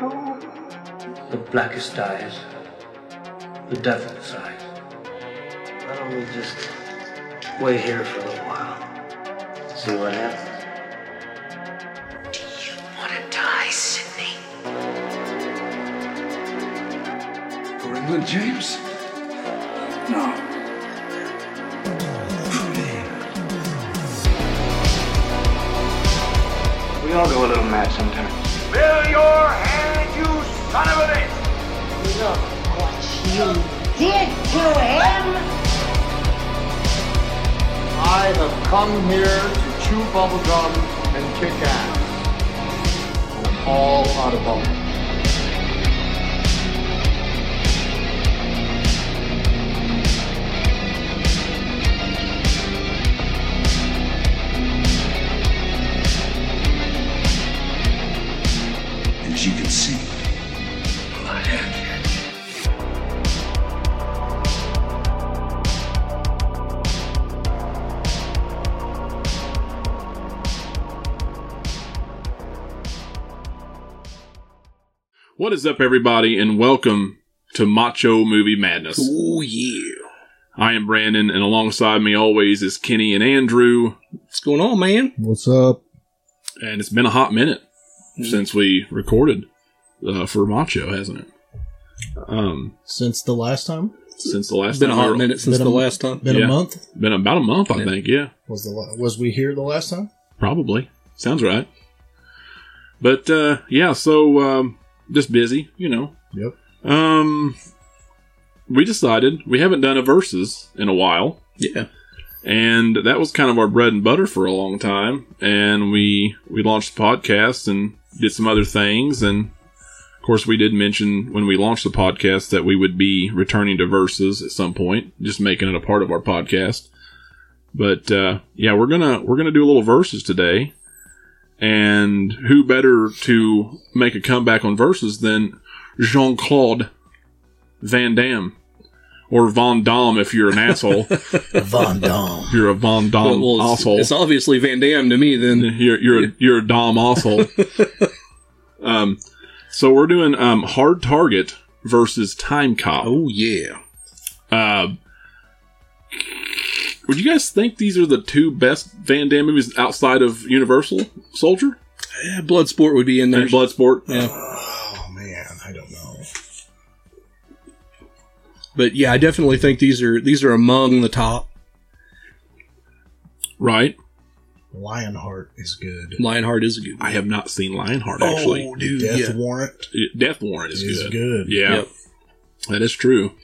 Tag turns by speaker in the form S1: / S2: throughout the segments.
S1: The blackest eyes, the devil's eyes. Why don't we just wait here for a little while? See what happens.
S2: You want to die, Sydney?
S3: For England, James? No.
S1: We all go a little mad sometimes.
S4: Fill your hand, you son of a bitch!
S5: did to him?
S6: I have come here to chew bubblegum and kick ass. I'm all out of bubblegum.
S3: As you can see, I am here.
S7: What is up, everybody, and welcome to Macho Movie Madness.
S3: Oh, yeah.
S7: I am Brandon, and alongside me always is Kenny and Andrew,
S3: What's going on, man?
S8: What's up?
S7: and it's been a hot minute
S3: Hmm.
S7: since we recorded uh, for Macho, hasn't it? Um,
S8: Since the last time,
S7: since the last
S3: It's been a
S7: time we
S3: hot
S7: were-
S3: minute since
S8: Been a-
S3: the last time.
S8: been
S7: Yeah.
S8: a month.
S7: been about a month, I think. Yeah,
S8: Was the la- was we here the last time?
S7: probably sounds right. But uh, yeah, so um, just busy, you know.
S8: Yep.
S7: Um, we decided we haven't done a versus in a while.
S3: Yeah.
S7: and that was kind of our bread and butter for a long time and we we launched the podcast and did some other things and of course we did mention when we launched the podcast that we would be returning to verses at some point just making it a part of our podcast but uh, yeah we're gonna we're gonna do a little verses today and who better to make a comeback on verses than jean-claude van damme or Von Damme if you're an asshole
S8: Von Dom.
S7: you're a Von Dom
S3: Well, it's,
S7: asshole.
S3: it's obviously Van Damme to me, then.
S7: you're you're a, you're a Dom asshole. um, so we're doing um, Hard Target versus Time Cop.
S3: Oh, yeah.
S7: Uh, would you guys think these are the two best Van Damme movies outside of Universal Soldier
S3: yeah. Bloodsport would be in there.
S7: and Bloodsport?
S3: yeah.
S8: Oh man, I don't know.
S3: But yeah, I definitely think these are these are among the top.
S7: Right.
S8: Lionheart is good.
S3: Lionheart is a good.
S7: I have not seen Lionheart actually.
S3: oh, dude,
S8: Death
S3: yeah.
S8: Warrant
S7: Death Warrant is,
S8: is
S7: good.
S8: good.
S7: Yeah,
S3: Yep.
S7: that is true.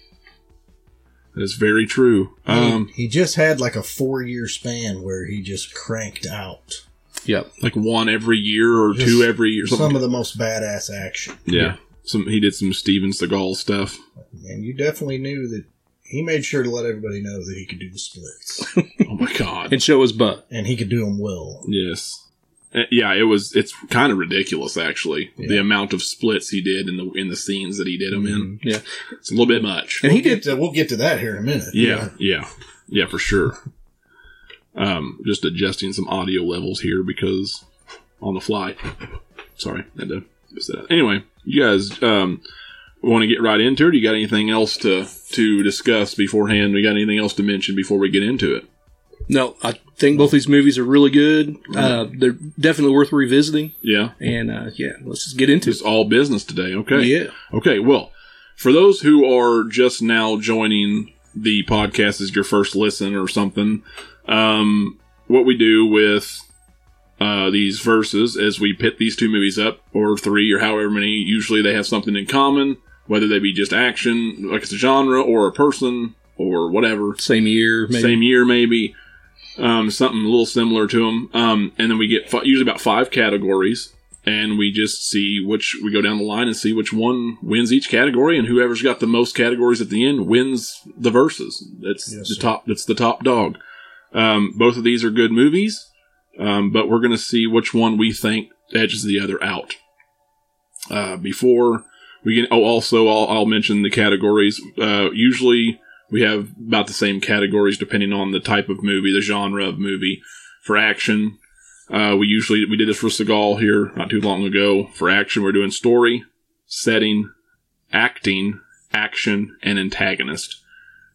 S7: That is very true. Um,
S8: he just had like a four year span where he just cranked out
S3: Yep.
S7: like one every year or
S8: Just
S7: two every year.
S8: some
S7: Something
S8: of the most badass action.
S7: Yeah. Some he did some Steven Seagal stuff.
S8: And you definitely knew that he made sure to let everybody know that he could do the splits
S7: Oh my god.
S3: And show his butt.
S8: and he could do them well.
S7: yes. Uh, Yeah, it was. It's kind of ridiculous, actually, the
S8: Yeah.
S7: amount of splits he did in the in the scenes that he did them in.
S3: Yeah.
S7: It's a little bit much.
S3: And he
S8: We'll get
S3: did.
S8: to- we'll get to that here in a minute.
S7: Yeah, yeah, yeah, for sure. Um, just adjusting some audio levels here because on the fly. Sorry, had to miss that. out. Anyway, you guys um, want to get right into it? You got anything else to to discuss beforehand? We got anything else to mention before we get into it?
S3: No, I think both these movies are really good. Uh, they're definitely worth revisiting.
S7: Yeah,
S3: And uh, yeah, let's just get into it.
S7: it's all business today. Okay.
S3: Yeah.
S7: Okay, well, for those who are just now joining the podcast as your first listen or something, um, what we do with uh, these verses is we pit these two movies up, or three, or however many. Usually they have something in common, whether they be just action, like it's a genre, or a person, or whatever.
S3: Same year, maybe.
S7: Same year, maybe. Um, something a little similar to them. Um, and then we get fi- usually about five categories, and we just see which we go down the line and see which one wins each category, and whoever's got the most categories at the end wins the verses. That's
S8: Yes,
S7: the
S8: sir.
S7: top. That's the top dog. Um, both of these are good movies, um, but we're going to see which one we think edges the other out. Uh, before we can, oh, also I'll, I'll mention the categories. Uh, usually we have about the same categories depending on the type of movie, the genre of movie. For action, Uh, we usually we did this for Seagal here not too long ago for action. We're doing story, setting, acting, action, and antagonist.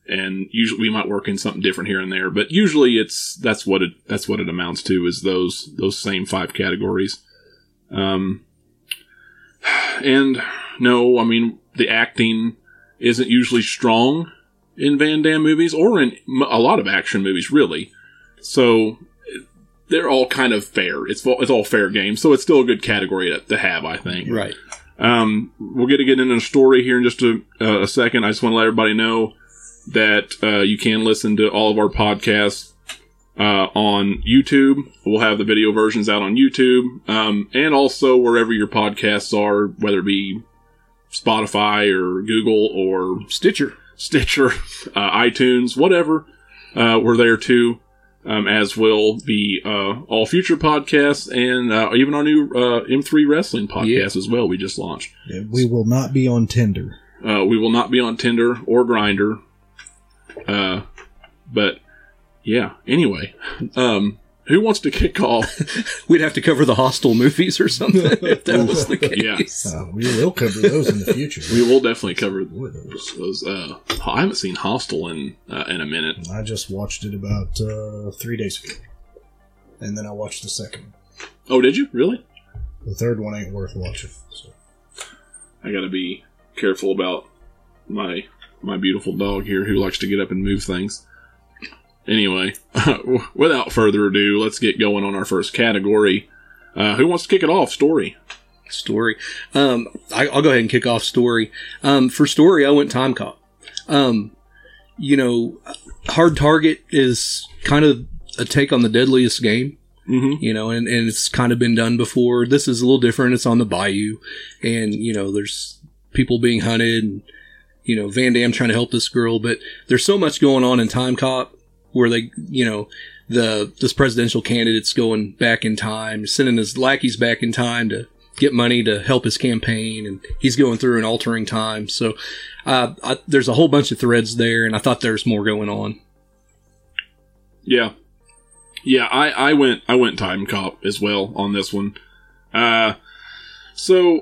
S7: And usually we might work in something different here and there, but usually it's that's what it that's what it amounts to is those those same five categories. Um, and no, I mean the acting isn't usually strong in Van Damme movies or in m- a lot of action movies, really. So they're all kind of fair. It's all- it's all fair game, so it's still a good category to, to have, I think.
S3: Right.
S7: Um, we're going to get into a story here in just a, uh, a second. I just want to let everybody know that uh, you can listen to all of our podcasts uh, on YouTube. We'll have the video versions out on YouTube um, and also wherever your podcasts are, whether it be Spotify or Google or
S3: Stitcher.
S7: Stitcher, uh, iTunes, whatever. Uh, we're there too, um, as will the uh, all future podcasts and uh, even our new uh, M3 Wrestling podcast as well. We just launched.
S8: We will not be on Tinder.
S7: Uh, we will not be on Tinder or Grinder, uh, but yeah. Anyway, um, who wants to kick off?
S3: We'd have to cover the hostile movies or something if that was the
S7: Yeah.
S3: case.
S8: Uh, we will cover those in the future.
S7: we will definitely cover
S8: Boy, those-
S7: those. Uh, I haven't seen Hostel in uh, in a minute.
S8: I just watched it about uh, three days ago, and then I watched the second. one.
S7: Oh, did you really?
S8: The third one ain't worth watching. So.
S7: I gotta be careful about my my beautiful dog here who likes to get up and move things. Anyway, without further ado, let's get going on our first category. Uh, who wants to kick it off? Story.
S3: Story. Um, I, I'll go ahead and kick off story. Um, for story, I went Time Cop. Um, you know, Hard Target is kind of a take on the deadliest game.
S7: Mm-hmm.
S3: you know, and, and it's kind of been done before. This is a little different. It's on the bayou, and you know, there's people being hunted, and you know, Van Damme trying to help this girl, but there's so much going on in Time Cop where they, you know, the this presidential candidate's going back in time, sending his lackeys back in time to get money to help his campaign, and he's going through and altering time. So, uh, I, there's a whole bunch of threads there, and I thought there's more going on.
S7: Yeah, yeah. I, I went I went time cop as well on this one. Uh, so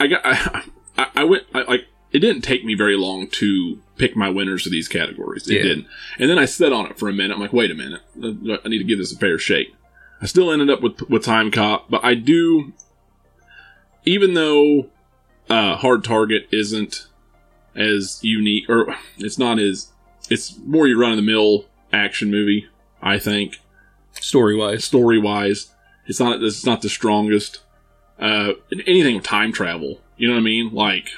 S7: I got I, I, I went I, like it didn't take me very long to pick my winners of these categories. It
S3: Yeah.
S7: didn't, and then I sat on it for a minute. I'm like, wait a minute, I- I need to give this a fair shake. I still ended up with with time cop, but I do. Even though uh, hard target isn't as unique, or it's not as it's more your run of the mill action movie. I think
S3: Story wise,
S7: story wise, it's not it's not the strongest. Uh, anything with time travel, you know what I mean? Like,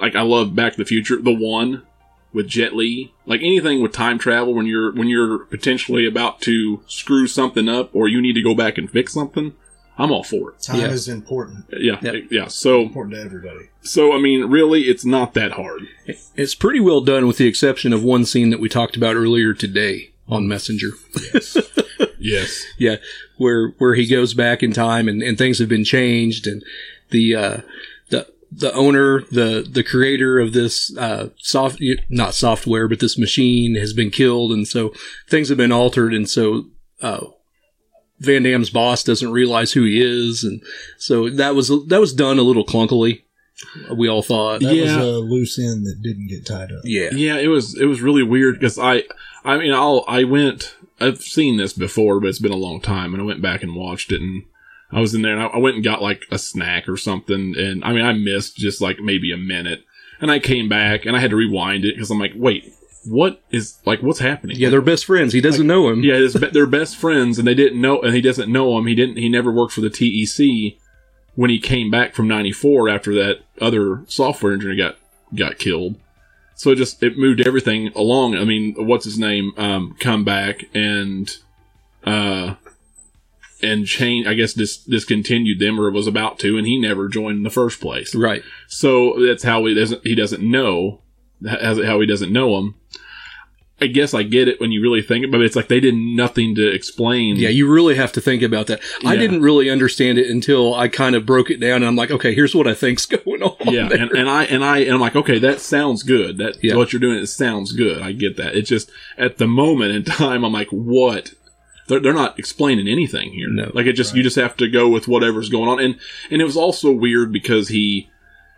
S7: like I love Back to the Future, the one with Jet Li. Like anything with time travel, when you're when you're potentially about to screw something up or you need to go back and fix something, I'm all for it.
S8: Time
S3: Yeah.
S8: is important.
S7: Yeah,
S3: Yep.
S7: yeah. So
S8: Important to everybody.
S7: so I mean, really, it's not that hard.
S3: It's pretty well done, with the exception of one scene that we talked about earlier today on Messenger.
S7: Yes.
S3: yeah, where where he goes back in time and, and things have been changed, and the uh, the the owner, the the creator of this uh, soft not software, but this machine has been killed, and so things have been altered, and so. Uh, Van Damme's boss doesn't realize who he is, and so that was that was done a little clunkily. We all thought,
S8: That was
S7: Yeah.
S8: a loose end that didn't get tied up.
S3: yeah,
S7: Yeah, it was it was really weird because I I mean I'll I went I've seen this before, but it's been a long time, and I went back and watched it, and I was in there, and I, I went and got like a snack or something, and I mean I missed just like maybe a minute, and I came back and I had to rewind it because I'm like, wait, what is like what's happening?
S3: yeah, they're best friends. He doesn't know him.
S7: Yeah, his, be- they're best friends, and they didn't know, and he doesn't know him. He didn't. He never worked for the TEC when he came back from '94 after that other software engineer got got killed. So it just it moved everything along. I mean, what's his name? Um, come back and uh and change. I guess dis- discontinued them or was about to, and he never joined in the first place.
S3: right.
S7: So that's how he doesn't he doesn't know how how he doesn't know him. I guess I get it when you really think about it. It's like they did nothing to explain.
S3: Yeah, you really have to think about that. I
S7: Mm. Yeah.
S3: didn't really understand it until I kind of broke it down, and I'm like, okay, here's what I think's going on.
S7: yeah.
S3: there.
S7: And, and I and I and I'm like, okay, that sounds good. That
S3: Yeah.
S7: what you're doing, it sounds good. I get that. It's just at the moment in time, I'm like, what they're, they're not explaining anything here.
S3: No.
S7: like it just you just have to go with whatever's going on. And and it was also weird because he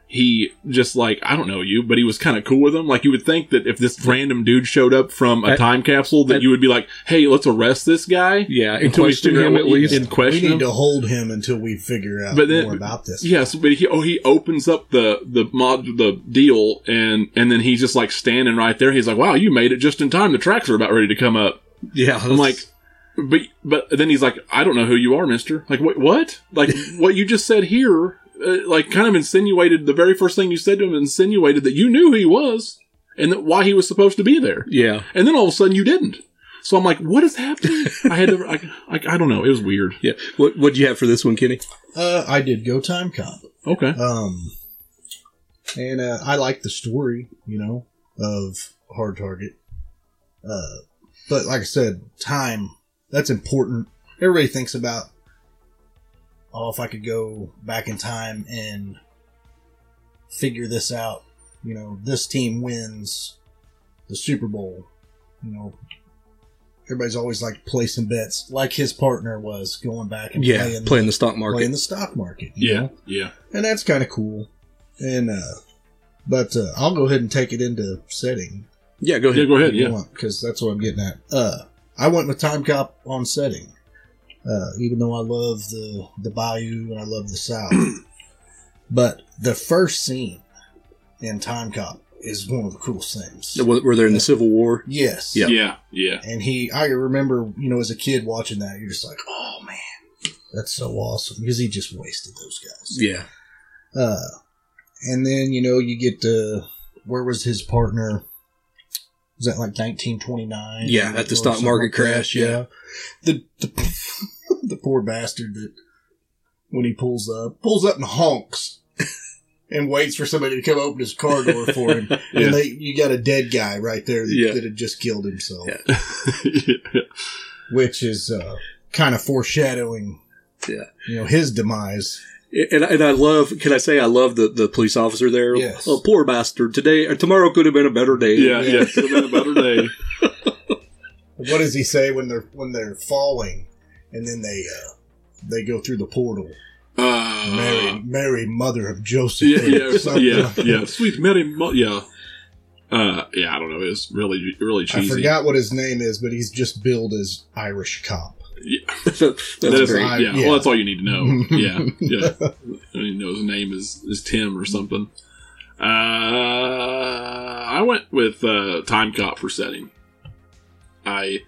S7: he just like I don't know you, but he was kind of cool with him. Like you would think that if this random dude showed up from a
S3: At-
S7: time capsule, that
S3: at-
S7: you would be like, hey, let's arrest this guy.
S3: Yeah, and
S7: until we
S3: question
S7: figure out
S3: him
S7: what
S3: at
S7: he-
S3: least.
S7: and
S8: We
S7: question him.
S8: need to hold him until we figure out
S7: But then-
S8: more about this.
S7: Yes, but he oh he opens up the the mod the deal and and then he's just like standing right there. He's like, "Wow, you made it just in time. The tracks are about ready to come up."
S3: Yeah,
S7: I'm like, but but then he's like, "I don't know who you are, Mister." Like, what what? Like what you just said here? Uh, like, kind of insinuated the very first thing you said to him insinuated that you knew who he was and that why he was supposed to be there.
S3: yeah,
S7: And then all of a sudden you didn't. So I'm like, what is happening? I had to. I, I, I don't know. It was weird.
S3: yeah. What what do you have for this one, Kenny?
S8: Uh, I did go time cop.
S7: Okay.
S8: Um, and uh, I like the story, you know, of Hard Target. Uh, but like I said, time that's important. Everybody thinks about, oh, if I could go back in time and figure this out, you know, this team wins the Super Bowl. You know, everybody's always like placing bets, like his partner was going back and
S3: Yeah,
S8: playing,
S3: playing the stock
S8: playing
S3: market.
S8: the stock market. you
S7: Yeah.
S8: know?
S7: Yeah.
S8: and that's kind of cool. And uh, but uh, I'll go ahead and take it into setting
S3: yeah, go
S7: Yeah.
S3: ahead.
S7: Go ahead. Yeah.
S8: because that's what I'm getting at. Uh, I went with Time Cop on setting, uh, even though I love the the Bayou and I love the South. but the first scene in Time Cop is one of the coolest things.
S3: Were were they in the Civil War?
S8: Yes.
S3: Yeah.
S7: Yeah. Yeah.
S8: And he, I remember, you know, as a kid watching that, you're just like, oh man, that's so awesome because he just wasted those guys.
S3: Yeah,
S8: Uh, and then you know you get to where was his partner? Was that like 1929?
S3: Yeah, at the
S8: Or
S3: stock
S8: something
S3: market
S8: like that,
S3: crash, yeah.
S8: the the, the poor bastard that when he pulls up pulls up and honks. And waits for somebody to come open his car door for him,
S7: Yeah.
S8: and they, you got a dead guy right there that,
S3: Yeah.
S8: that had just killed himself,
S3: Yeah.
S8: which is uh, kind of foreshadowing,
S3: Yeah.
S8: you know, his demise.
S3: and and I love. Can I say I love the, the police officer there?
S8: Yes.
S3: Oh, poor bastard. Today, or tomorrow could have been a better day.
S7: Yeah, yeah. Could have been a better day.
S8: what does he say when they're when they're falling and then they uh, they go through the portal mary
S7: Uh,
S8: mary mother of joseph uh,
S7: yeah,
S8: or
S7: yeah,
S8: something.
S7: yeah, yeah. Sweet Mary, Mo- yeah. Uh, yeah, I don't know. It's really, really
S8: i
S7: cheesy.
S8: forgot what his name is but he's just billed as irish cop
S3: that's
S7: That is-
S3: great.
S8: I-
S7: yeah,
S8: yeah.
S7: Well, that's all you need to know. Yeah, yeah. I didn't know his name is is Tim or something. Uh, I went with uh, Time Cop for setting. I,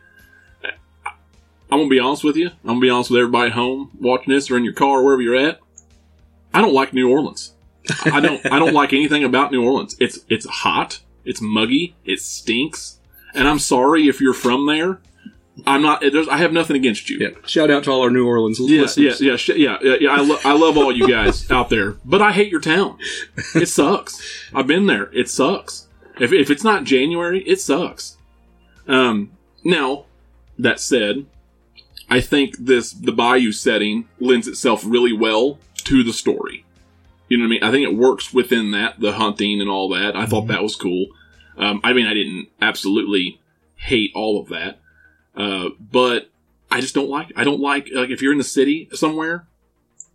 S7: I'm gonna be honest with you. I'm gonna be honest with everybody at home watching this or in your car or wherever you're at. I don't like New Orleans. I don't. I don't like anything about New Orleans. It's it's hot. It's muggy. It stinks. And I'm sorry if you're from there. I'm not. There's, I have nothing against you.
S3: Yeah. Shout out to all our New Orleans
S7: Yeah, yeah,
S3: listeners.
S7: yeah, sh- yeah, yeah, yeah. I, lo- I love all you guys out there, but I hate your town. It sucks. I've been there. It sucks. If, if it's not January, it sucks. Um, now, that said, I think this the Bayou setting lends itself really well to the story. You know what I mean? I think it works within that the hunting and all that. I thought that was cool. Um, I mean, I didn't absolutely hate all of that, uh, but I just don't like. I don't like like if you're in the city somewhere,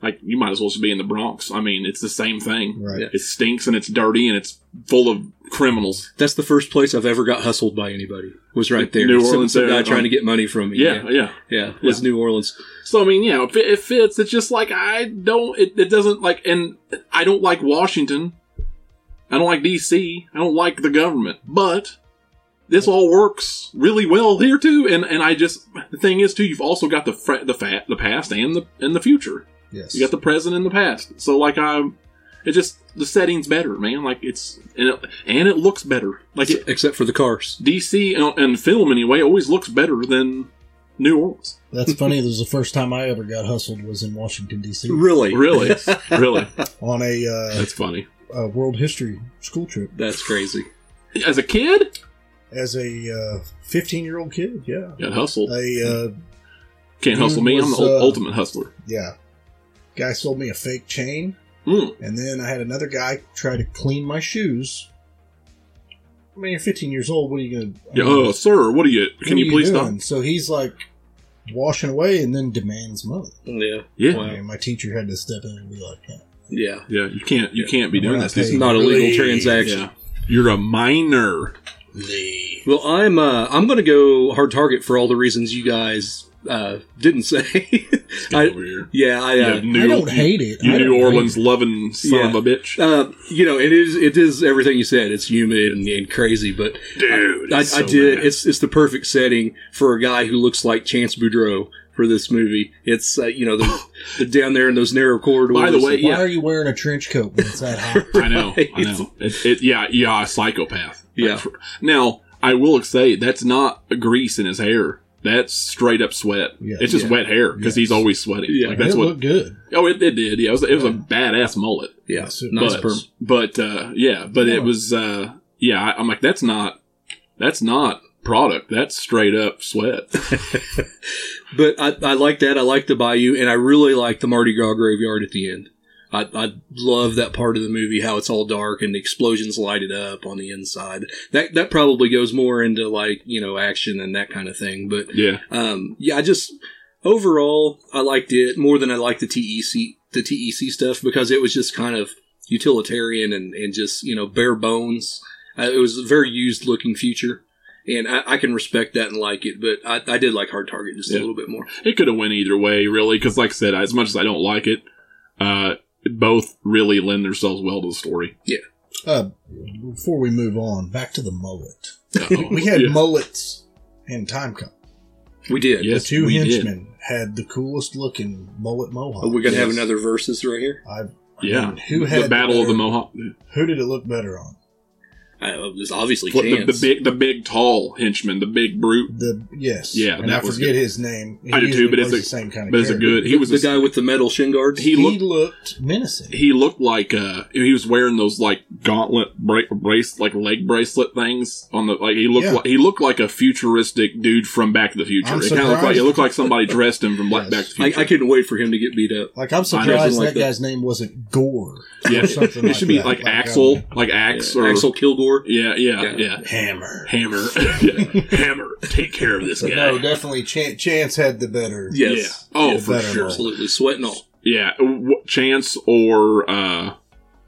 S7: like you might as well just be in the Bronx. I mean, it's the same thing.
S8: right
S3: Yeah.
S7: It stinks and it's dirty and it's full of criminals.
S3: That's the first place I've ever got hustled by anybody. Was right there.
S7: New
S3: Some-
S7: Orleans
S3: some,
S7: there,
S3: guy
S7: huh?
S3: trying to get money from me.
S7: Yeah, yeah.
S3: yeah. Was New Orleans.
S7: So I mean, yeah, it, it fits. It's just like I don't. It, it doesn't like, and I don't like Washington. I don't like D.C. I don't like the government, but this all works really well here too. And and I just the thing is too, you've also got the fra- the fat the past and the and the future.
S8: yes
S7: You got the present and the past. So like I, it just the setting's better, man. Like it's and it, and it looks better. Like it,
S3: Except for the cars.
S7: DC and, and film anyway always looks better than New Orleans.
S8: that's funny that was the first time i ever got hustled was in washington dc
S3: Really?
S7: Really, really,
S8: on a, uh,
S7: that's funny.
S8: a world history school trip
S3: That's crazy.
S7: As a kid,
S8: as a 15 year old kid yeah
S7: got hustled.
S8: a uh,
S7: Can't hustle me. I'm the
S8: was,
S7: ul-
S8: uh,
S7: ultimate hustler.
S8: yeah guy sold me a fake chain
S7: Mm.
S8: And then I had another guy try to clean my shoes. I mean, you're 15 years old. What are you going to?
S7: Yeah, uh, sir, what are you? Can you, please stop?
S8: So he's like, washing away and then demands money.
S3: Yeah.
S7: Yeah.
S8: I mean, my teacher had to step in and be like, yeah.
S3: Yeah.
S7: Yeah, you can't you can't be
S8: We're
S7: doing
S8: not
S7: that. This is
S8: paying.
S3: Not a
S8: Please.
S3: legal transaction.
S7: Yeah. You're a minor.
S3: Well, I'm uh, I'm going to go hard target for all the reasons you guys uh, didn't say.
S7: Get
S3: I,
S7: over here.
S3: yeah, I,
S7: You
S3: uh,
S7: have New-
S8: I don't
S7: you-
S8: hate it.
S7: You
S8: I don't
S7: New
S8: hate
S7: Orleans
S8: it.
S7: loving son
S3: Yeah.
S7: of a bitch.
S3: uh, you know, it is it is everything you said. It's humid and, and crazy, but
S7: Dude.
S3: I,
S7: it's
S3: I
S7: so
S3: did.
S7: bad.
S3: It's it's the perfect setting for a guy who looks like Chance Boudreau for this movie. It's uh, you know they're, they're down there in those narrow corridors.
S7: By the way,
S8: Why
S7: yeah.
S8: are you wearing a trench coat when it's that hot?
S7: I know. I
S3: Right.
S7: know. It, it, yeah, yeah, a psychopath.
S3: Yeah.
S7: Now, I will say that's not grease in his hair. That's straight up sweat.
S8: Yeah.
S7: it's just
S3: Yeah.
S7: wet hair because he's
S8: Yes.
S7: always sweaty.
S3: Yeah.
S7: Like that's
S8: it
S7: what.
S8: looked good.
S7: Oh, it, it did. Yeah, it was, it was a badass mullet.
S3: yeah,
S8: so-
S3: nice
S7: but,
S3: perm.
S7: But uh, yeah, but
S8: Yeah.
S7: it was. Uh, yeah, I, I'm like that's not. That's not product. That's straight up sweat.
S3: But I, I like that. I like the Bayou, and I really like the Mardi Gras graveyard at the end. I, I love that part of the movie, how it's all dark and the explosions lighted up on the inside. That that probably goes more into like you know action and that kind of thing. But
S7: yeah.
S3: um, yeah, I just overall I liked it more than I liked the TEC the TEC stuff because it was just kind of utilitarian and and just you know bare bones. Uh, it was a very used looking future, and I, I can respect that and like it. But I, I did like Hard Target just
S7: Yeah.
S3: a little bit more.
S7: it could have went either way, really. Because, like I said, as much as I don't like it, uh, both really lend themselves well to the story.
S8: Uh, before we move on, back to the mullet. We
S7: Oh,
S8: had
S7: Uh, yeah.
S8: mullets and time cop.
S3: We did.
S7: Yes,
S8: the two
S7: we did. Oh,
S8: henchmen had the coolest looking mullet mohawk.
S3: Are we gonna have
S7: Yes.
S3: another versus right here?
S8: I,
S7: yeah.
S8: mean, who had
S7: the Battle of the
S8: better-
S7: Mohawk?
S8: Who did it look better on?
S3: I, it was obviously
S7: What, the,
S3: chance.
S7: the big, the big tall henchman, the big brute.
S8: The yes,
S7: Yeah,
S8: and
S7: that
S8: I
S7: was
S8: forget
S7: good.
S8: his name. He
S7: I do
S8: usually
S7: too, but it's
S8: plays
S7: a-
S8: the same kind of.
S7: But it's a
S8: character.
S7: good. He was
S3: the
S7: a,
S3: guy with the metal shin guards.
S7: He
S8: He
S7: looked.
S8: looked, menacing.
S7: He looked like uh, he was wearing those like gauntlet bra- brace, like leg bracelet things on the like. He looked
S8: Yeah.
S7: like he looked like a futuristic dude from Back to the Future.
S8: I'm
S7: it kind of looked like
S8: surprised.
S7: it looked like somebody dressed him from Black
S8: Yes.
S7: Back to the
S3: I,
S7: Future.
S3: I couldn't wait for him to get beat up.
S8: like I'm
S7: I
S8: surprised
S3: know, like
S8: that
S3: the-
S8: guy's name wasn't Gore.
S7: yeah,
S8: or something
S7: it should be
S8: that. um,
S7: like,
S8: I
S7: Axel,
S8: don't
S7: like Axe or
S3: Axel Kilgore.
S7: Yeah, yeah,
S3: Yeah.
S7: yeah.
S8: know. um, Hammer.
S7: Hammer, Yeah. hammer, take care of this
S8: So
S7: guy.
S8: no, definitely Chan- Chance had the better.
S3: Yes,
S7: Yeah. Oh,
S8: Yeah,
S7: for
S8: better
S7: sure.
S8: role.
S3: absolutely. Sweat and all.
S7: Yeah, wh- chance or uh,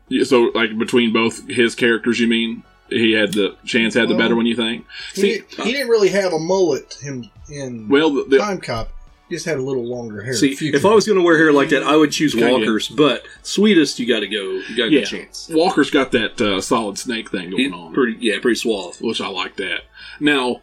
S7: yeah, so like between both his characters, you mean he had the chance had the
S8: Well,
S7: better one? You think?
S8: He,
S7: See,
S8: didn't, he didn't really have a mullet. Him in
S7: well, the, the,
S8: Time Cop he just had a little longer hair.
S3: See,
S8: Future.
S3: if I was going to wear hair like that, I would choose
S7: Kinda.
S3: Walker's. But sweetest, you got to go. You got to
S7: yeah,
S3: get chance.
S7: Walker's got that uh, solid snake thing going
S3: He's
S7: on,
S3: pretty, yeah, pretty suave.
S7: which I like that. Now.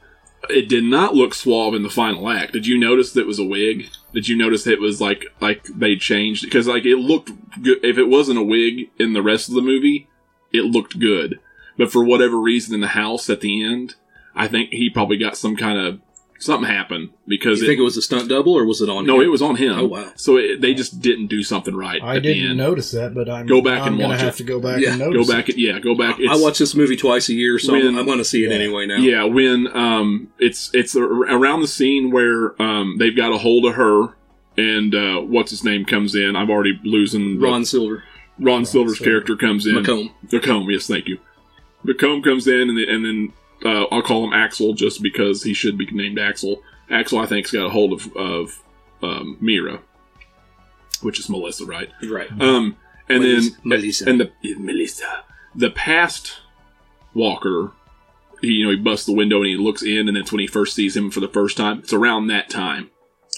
S7: It did not look suave in the final act. Did you notice that it was a wig? Did you notice it was like like they changed because like it looked good. If it wasn't a wig in the rest of the movie, it looked good. But for whatever reason, in the house at the end, I think he probably got some kind of something happened because
S3: You
S7: it,
S3: think it was a stunt double, or was it on?
S7: no,
S3: him?
S7: it was on him.
S3: Oh, wow.
S7: So it, they just didn't do something right.
S8: I
S7: at the
S8: didn't
S7: end.
S8: notice that, but I'm
S7: Go back
S8: I'm
S7: and
S8: gonna
S7: watch
S8: have
S7: it.
S8: to go back
S3: Yeah,
S8: and
S7: Go
S8: notice.
S7: back, yeah, go back.
S3: I watch this movie twice a year, so
S7: When-
S3: I'm, going to see it
S8: Yeah.
S3: anyway now.
S7: Yeah, when um, it's it's ar- around the scene where um, they've got a hold of her, and uh, what's his name comes in. I'm already losing the-
S3: Ron Silver,
S7: Ron, Silver's
S8: Silver.
S7: character comes in.
S3: Macomb. McComb.
S7: Macomb, yes, thank you. Macomb comes in, and, the, and then uh, I'll call him Axel just because he should be named Axel. Axel, I think, has got a hold of, of um, Mira, which is Melissa, right?
S3: Right.
S7: Um, and
S3: Melis-
S7: then
S3: Melissa.
S7: and the yeah, Melissa, the past Walker, he, you know, he busts the window and he looks in, and that's when he first sees him for the first time. It's around that time.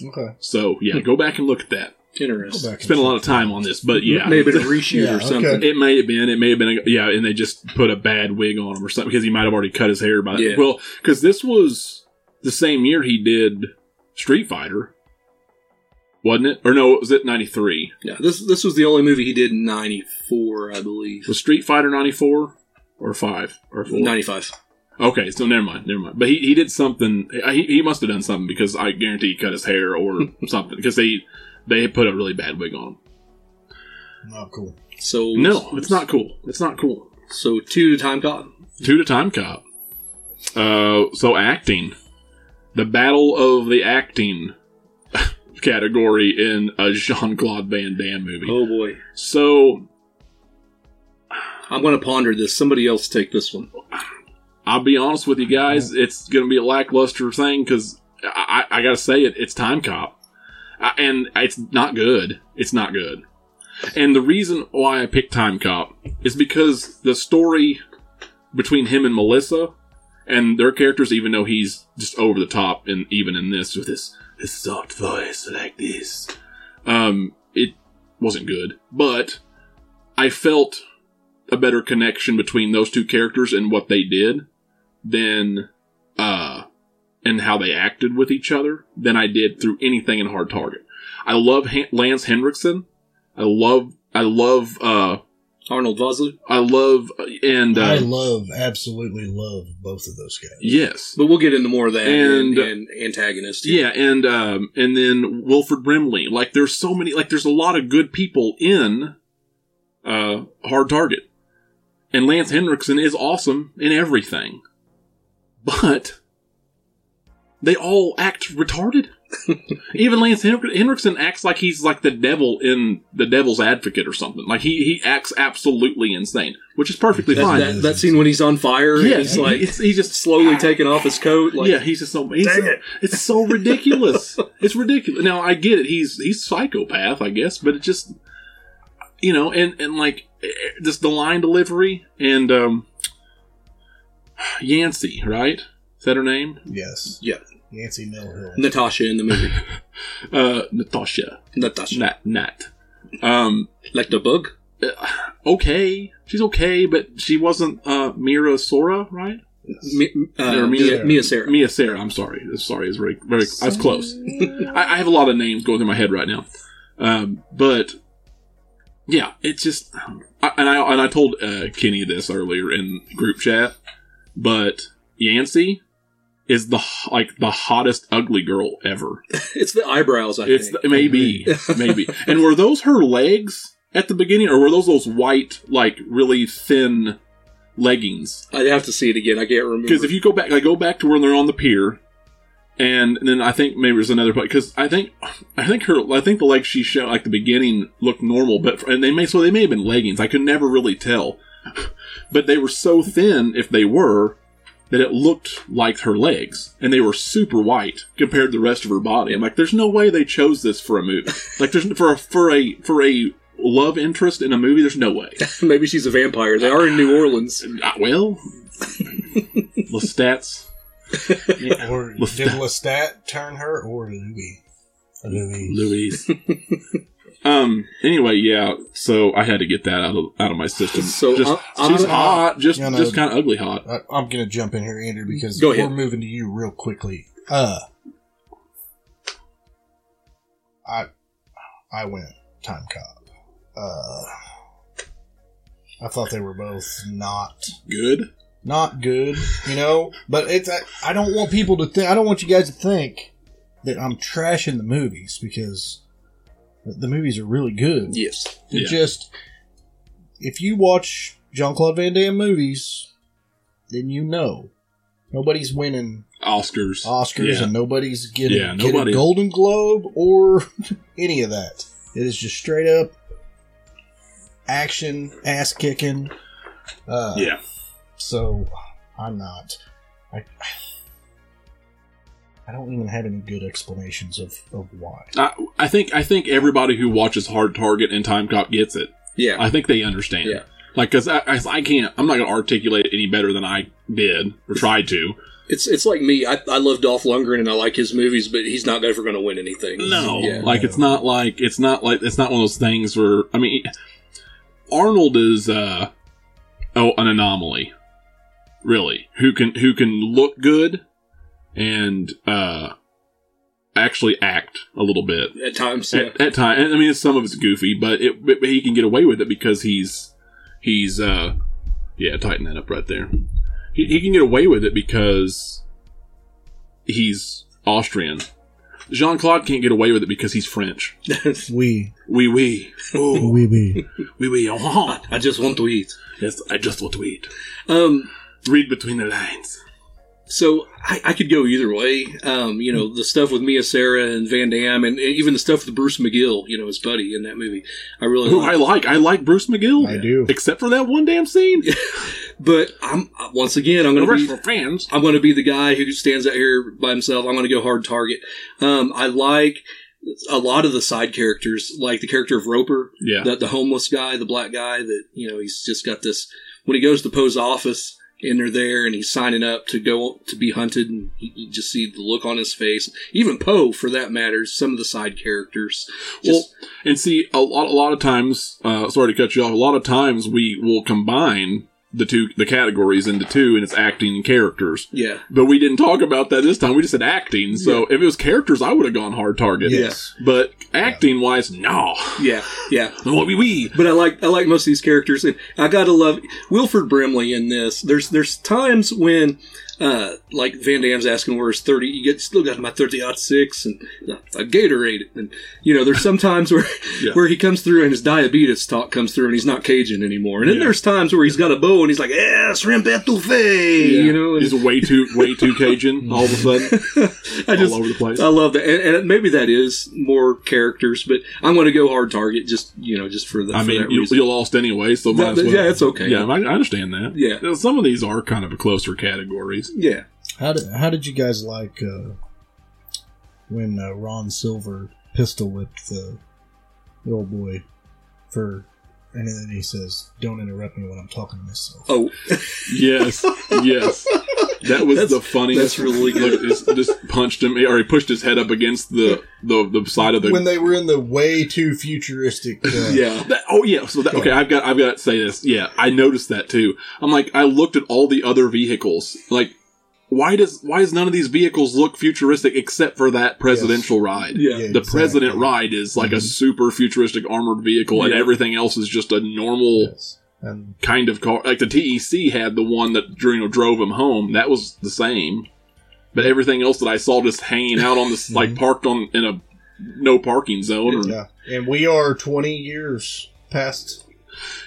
S8: Okay,
S7: So yeah, go back and look at that.
S8: go
S3: Interesting.
S8: back.
S7: Spent a
S8: and
S7: lot of time on this, but yeah,
S3: Maybe a reshoot
S8: Yeah,
S3: or something.
S8: okay.
S7: it may have been. It may have been. A, yeah, and they just put a bad wig on him or something because he might have already cut his hair by.
S3: Yeah.
S7: Well, because this was the same year he did Street Fighter, wasn't it? Or no, was it ninety three?
S3: Yeah, this this was the only movie he did in '94, I believe.
S7: Was Street Fighter ninety four or five or four?
S3: '95.
S7: Okay, so never mind, never mind. But he, he did something. He, he must have done something because I guarantee he cut his hair or something because they they put a really bad wig on him.
S8: check. Not Oh, cool.
S3: So
S7: No, it's not cool. It's not cool.
S3: So two to time cop.
S7: Two to time cop. Uh, so acting, the battle of the acting category in a Jean Claude Van Damme movie.
S3: Oh boy,
S7: So
S3: I'm going to ponder this. Somebody else take this one.
S7: I'll be honest with you guys, it's going to be a lackluster thing because I, I gotta say it. It's Time Cop, I, and it's not good. It's not good. And the reason why I picked Time Cop is because the story between him and Melissa and their characters, even though he's just over the top, and even in this with his his soft voice like this, um, it wasn't good. But I felt a better connection between those two characters and what they did than uh and how they acted with each other than I did through anything in Hard Target. I love Han- Lance Henriksen. I love I love uh
S3: Arnold Vosloo.
S7: I love and uh,
S8: I love, absolutely love both of those guys.
S7: yes.
S3: But we'll get into more of that
S7: And- uh,
S3: and, and antagonist.
S7: Yeah, and um and then Wilfred Brimley. Like there's so many like there's a lot of good people in uh Hard Target. And Lance Henriksen is awesome in everything. But they all act retarded. Even Lance Henrik- Henriksen acts like he's like the devil in the devil's advocate or something. Like he he acts absolutely insane, which is perfectly
S3: That,
S7: fine.
S3: that, that scene when he's on fire, and
S7: yeah,
S3: he's
S7: he-
S3: like
S7: it's- he just
S3: slowly taking off his coat. Like,
S7: yeah, he's just so. He's
S1: Dang
S7: so-
S1: it.
S7: It's so ridiculous. it's ridiculous. Now I get it. He's he's psychopath, I guess, but it just you know, and and like eh, just the line delivery and um Yancey, right? Is that her name?
S8: Yes.
S3: Yeah.
S8: Nancy Millhill.
S3: Natasha in the movie.
S7: Uh Natasha.
S3: Natasha,
S7: Nat Nat. Um eh,
S3: like the bug.
S7: okay. She's okay, but she wasn't uh Mira Sora, right?
S3: Mi- uh,
S7: Or
S3: Mia, Mia Sarah.
S7: Mia Sarah. I'm sorry. Sorry, it's very, very. I was close. I, I have a lot of names going through my head right now, um, but yeah, it's just. I, and I and I told uh, Kenny this earlier in group chat, but Yancy is the h- like the hottest ugly girl ever.
S3: It's the eyebrows. I
S7: It's
S3: think.
S7: the, maybe maybe. And were those her legs at the beginning, or were those those white like really thin leggings?
S3: I'd have to see it again. I can't remember.
S7: Because if you go back, I go back to when they're on the pier, and then I think maybe there's another part. Because I think, I think her, I think the legs she showed like the beginning looked normal, but and they may so they may have been leggings. I could never really tell, but they were so thin if they were that it looked like her legs, and they were super white compared to the rest of her body. I'm like, there's no way they chose this for a movie. Like there's for a for a for a love interest in a movie. There's no way.
S3: maybe she's a vampire. They are in New Orleans.
S7: Uh, well, Lestat's.
S8: Or did Lestat turn her or Louis? Louis.
S7: Louise. um. Anyway, yeah. So I had to get that out of out of my system.
S3: So,
S7: just,
S3: uh, I'm
S7: she's
S3: gonna-
S7: hot, just
S8: Yeah, no.
S7: just kind of ugly hot.
S8: I, I'm going to jump in here, Andrew, because
S3: Go
S8: we're
S3: ahead.
S8: moving to you real quickly. Uh, I I went Time Cop. Uh, I thought they were both not
S7: Good.
S8: not good, you know. But it's I, I don't want people to think. I don't want you guys to think that I'm trashing the movies because the, the movies are really good.
S3: Yes.
S8: They're
S7: Yeah.
S8: just if you watch Jean Claude Van Damme movies, then you know nobody's winning
S7: Oscars.
S8: Oscars
S7: Yeah.
S8: and nobody's getting,
S7: Yeah,
S8: getting
S7: nobody-
S8: Golden Globe or any of that. It is just straight up action, ass kicking. Uh,
S7: yeah.
S8: so I'm not. I I don't even have any good explanations of, of why.
S7: I, I think I think everybody who watches Hard Target and Time Cop gets it.
S3: Yeah.
S7: I think they understand.
S3: Yeah.
S7: Like, cause I, I, I can't. I'm not gonna articulate it any better than I did or tried to.
S3: It's it's like me. I, I love Dolph Lundgren and I like his movies, but he's not ever going to win anything.
S7: No,
S3: Yeah.
S7: like it's not like it's not like it's not one of those things where I mean, Arnold is uh oh an anomaly, really. Who can who can look good and uh actually act a little bit
S3: At times, yeah.
S7: at, at time. I mean, some of it's goofy, but it but he can get away with it because he's he's uh yeah tighten that up right there. He, he can get away with it because he's Austrian. Jean Claude can't get away with it because he's French.
S8: We
S7: Wee wee
S3: Oh.
S8: we be
S7: wee wee. Oh, huh.
S3: I just want to eat.
S7: yes, I just want to eat.
S3: Um,
S7: Read between the lines.
S3: so I, I could go either way. Um, you know, the stuff with Mia Sarah and Van Damme, and even the stuff with Bruce McGill, you know, his buddy in that movie. I really
S7: Who I
S3: like.
S7: like, I like Bruce McGill.
S8: I do.
S7: except for that one damn scene.
S3: But I'm once again, I'm going to be
S7: Wrestler fans.
S3: I'm going to be the guy who stands out here by himself. I'm going to go hard target. Um, I like a lot of the side characters, like the character of Roper,
S7: Yeah.
S3: the, the homeless guy, the black guy that, you know, he's just got this. When he goes to Poe's office and they're there and he's signing up to go to be hunted, and you, you just see the look on his face. Even Poe, for that matter, some of the side characters. Just,
S7: well, and see a lot, a lot of times. Uh, sorry to cut you off. A lot of times we will combine the two the categories into two, and it's acting and characters.
S3: yeah.
S7: But we didn't talk about that this time. We just said acting. So if it was characters, I would have gone hard target.
S8: Yes.
S7: But acting wise, no.
S3: Yeah. Yeah.
S7: Wee wee.
S3: But I like I like most of these characters, and I gotta love Wilford Brimley in this. There's there's times when, uh, like Van Damme's asking where his thirty. You get still got my thirty odd six and uh, a Gatorade, and you know there's some times where
S7: Yeah.
S3: where he comes through and his diabetes talk comes through and he's not Cajun anymore. And then there's times where he's got a bow and he's like, "Yeah, shrimp etouffee," you know. and-
S7: he's way too way too Cajun all of a sudden.
S3: I just
S7: over the place.
S3: I love that, and, and maybe that is more characters, but I'm going to go hard target just you know just for the.
S7: I
S3: for
S7: mean,
S3: that
S7: you,
S3: reason.
S7: you lost anyway, so might
S3: That-
S7: as well.
S3: yeah, it's okay.
S7: Yeah, I, I understand that.
S3: Yeah.
S7: Now, some of these are kind of closer categories.
S3: yeah.
S8: How did how did you guys like uh, when uh, Ron Silver pistol whipped the, the old boy for and then he says, "Don't interrupt me when I'm talking to myself."
S3: Oh,
S7: Yes, yes. That was
S3: That's-
S7: the funniest.
S3: that's really good.
S7: Look, it's- just punched him, or he pushed his head up against the the, the side of the.
S8: when they were in the way too futuristic, uh,
S3: yeah.
S7: That- oh yeah, so that, okay, I've got I've got to say this. Yeah, I noticed that too. I'm like, I looked at all the other vehicles. Like, why does why does none of these vehicles look futuristic except for that presidential ride?
S3: Yeah.
S8: Yeah,
S7: the
S8: exactly.
S7: president ride is like a super futuristic armored vehicle, and
S3: Mm-hmm. Yeah.
S7: everything else is just a normal
S8: Yes. and
S7: kind of car. Like the TEC had the one that you know drove him home. That was the same, but everything else that I saw just hanging out on this, like parked on in a no parking zone. Or,
S8: yeah, and we are twenty years past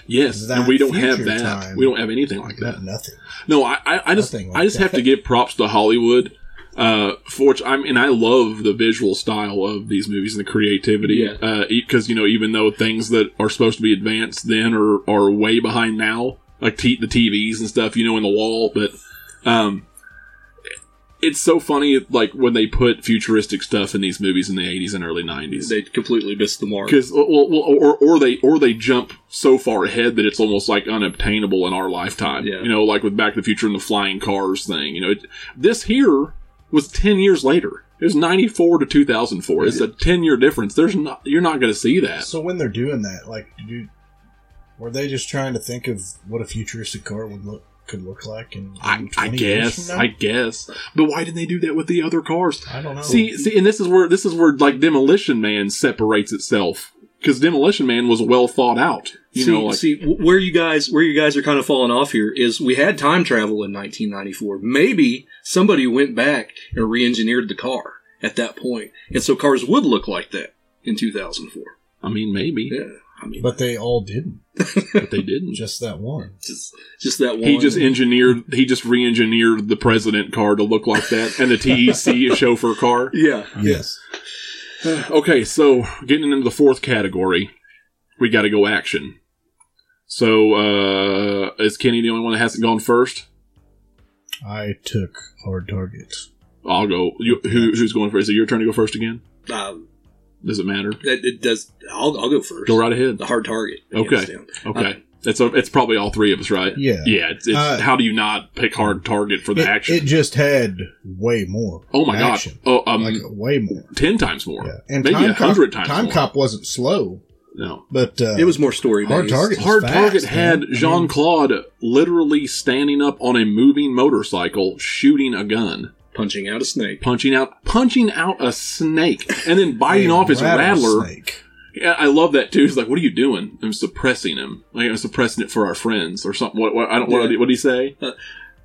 S7: Yes, and
S8: That
S7: we don't have
S8: future
S7: that.
S8: time.
S7: We don't have anything like that.
S8: nothing.
S7: No, I, I, I just,
S8: Nothing like
S7: I just have
S8: that.
S7: to give props to Hollywood. Uh, for which I'm, and I love the visual style of these movies and the creativity.
S3: Yeah.
S7: because you know, even though things that are supposed to be advanced then are are way behind now, like t- the TVs and stuff, you know, in the wall. But um, it's so funny, like when they put futuristic stuff in these movies in the '80s and early '90s
S3: they completely missed the mark.
S7: because well, well, or or they or they jump so far ahead that it's almost like unobtainable in our lifetime.
S3: Yeah.
S7: You know, like with Back to the Future and the flying cars thing. You know, it, this here was ten years later. It was ninety four to two thousand four. It's a ten year difference. There's not you're not going to see that.
S8: So when they're doing that, like, do, were they just trying to think of what a futuristic car would look could look like? And
S7: I, I guess, I guess, but why did they do that with the other cars?
S8: I don't know.
S7: See, see, and this is where this is where like Demolition Man separates itself because Demolition Man was well thought out. You
S3: see,
S7: know, like,
S3: see wh- where you guys where you guys are kind of falling off here is we had time travel in 1994. Maybe somebody went back and re-engineered the car at that point, and so cars would look like that in 2004.
S7: I mean, maybe,
S3: Yeah, I mean,
S8: but they all didn't.
S7: but they didn't.
S8: Just that one.
S3: just, just that one.
S7: He just engineered. He just re-engineered the president car to look like that, and the TEC chauffeur car.
S3: yeah,
S8: Yes.
S7: Okay, so getting into the fourth category, we got to go action. So uh is Kenny the only one that hasn't gone first?
S8: I took hard target.
S7: I'll go. You, who, who's going first? Is it your turn to go first again?
S3: uh,
S7: Does it matter?
S3: it, it does. I'll, I'll go first.
S7: Go right ahead.
S3: The hard target.
S7: Okay.
S3: hands down.
S7: Okay, it's a, it's probably all three of us, right?
S8: Yeah.
S7: Yeah. It's, it's,
S8: Uh,
S7: how do you not pick hard target for the
S8: It,
S7: action?
S8: it just had way more.
S7: oh my gosh!
S8: action.
S7: Oh, um,
S8: like way more.
S7: ten times more.
S8: Yeah.
S7: maybe a hundred
S8: Cop,
S7: times.
S8: Time
S7: more.
S8: Cop wasn't slow,
S7: No.
S8: but uh,
S3: It was more story.
S8: hard target. was
S7: Hard
S8: fast,
S7: Target
S8: man.
S7: had
S8: I mean-
S7: Jean Claude literally standing up on a moving motorcycle, shooting a gun,
S3: punching out a snake.
S7: punching out, punching out a snake, and then
S8: a
S7: biting off his rattler.
S8: rattlesnake.
S7: Yeah, I love that too. He's like, "What are you doing?" I'm suppressing him. Like I'm suppressing it for our friends or something. What? what I don't. What,
S3: Yeah.
S7: did- what did he say?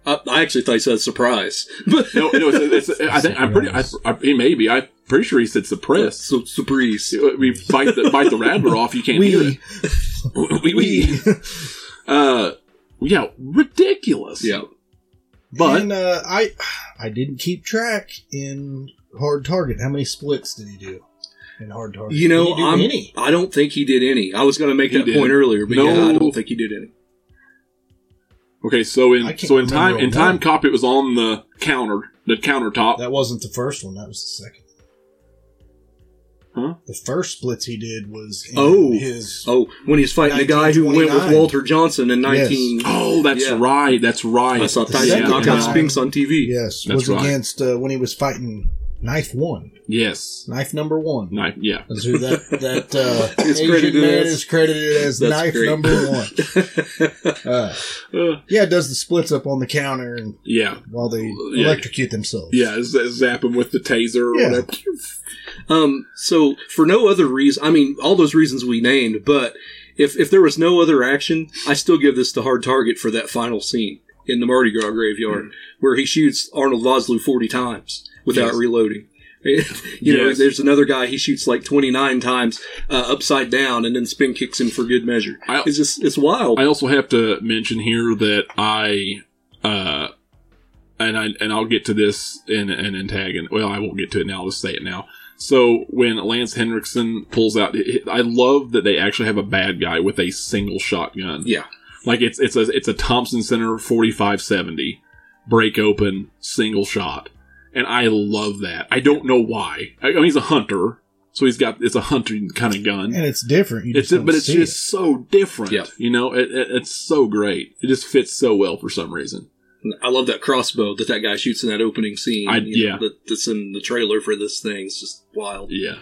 S3: I, I actually thought he said surprise, but
S7: No, no. It's, it's, I think I'm pretty. I, I, he may be. I'm pretty sure he said suppress.
S3: Su- surprise.
S7: We bite the bite the rattler off. You can't hear it.
S8: We
S7: We, we. Uh, yeah, ridiculous.
S3: Yeah.
S7: But-
S8: and, uh, I I didn't keep track in hard target. How many splits did he do in hard target?
S3: You know,
S8: Did he do
S3: I'm,
S8: any?
S3: I don't think he did any. I was going to make
S7: He
S3: that
S7: did.
S3: point earlier, but
S7: No.
S3: yeah, I don't think he did any.
S7: Okay, so
S8: I
S7: in
S8: can't
S7: so in time
S8: remember
S7: in
S8: a
S7: time
S8: one.
S7: cop, it was on the counter, the countertop.
S8: That wasn't the first one. That was the second.
S7: Huh?
S8: The first splits he did was in
S3: Oh.
S8: his
S3: Oh, when he's fighting the guy who went with
S8: 1929.
S3: Walter Johnson in
S8: Yes.
S3: 19.
S7: oh, that's
S3: Yeah.
S7: right. That's right.
S3: I saw
S8: The
S3: Tyson
S8: second
S3: knock
S8: guy.
S3: out Spinks on TV.
S8: yes
S7: That's
S8: was
S7: right.
S8: against uh, when he was fighting knife one,
S7: Yes.
S8: knife number one.
S7: Knife. Yeah.
S8: That's who that that uh,
S3: It's
S8: Asian
S3: credited
S8: man
S3: as-
S8: is credited as
S3: That's
S8: knife
S3: great.
S8: number one. Uh,
S7: Uh,
S8: yeah, does the splits up on the counter and
S7: yeah.
S8: while they
S7: Yeah.
S8: electrocute themselves.
S7: Yeah. z- Zap him with the taser or
S8: Yeah.
S7: whatever.
S3: Um, so for no other reason, I mean, all those reasons we named, but if, if there was no other action, I still give this the hard target for that final scene in the Mardi Gras
S7: Mm.
S3: graveyard where he shoots Arnold Vosloo 40 times without
S7: Yes.
S3: reloading. you know,
S7: Yes.
S3: there's another guy he shoots like 29 times uh, upside down and then spin kicks him for good measure.
S7: I-
S3: it's just, it's wild.
S7: I also have to mention here that I, uh, and I and I'll get to this in an antagon. Well, I won't get to it now. I'll just say it now. So when Lance Henriksen pulls out, it- I love that they actually have a bad guy with a single shotgun.
S3: yeah.
S7: Like it's it's a it's a Thompson Center forty five seventy, break open single shot, and I love that. I don't know why. I, I mean, he's a hunter, so he's got it's a hunting kind of gun.
S8: and it's different. You
S7: It's
S8: just don't
S7: but it's
S8: see
S7: just so different.
S3: Yeah.
S7: You know, it, it, it's so great. It just fits so well for some reason.
S3: I love that crossbow that that guy shoots in that opening scene.
S7: I-
S3: you know,
S7: yeah.
S3: that, that's in the trailer for this thing. It's just wild.
S7: Yeah.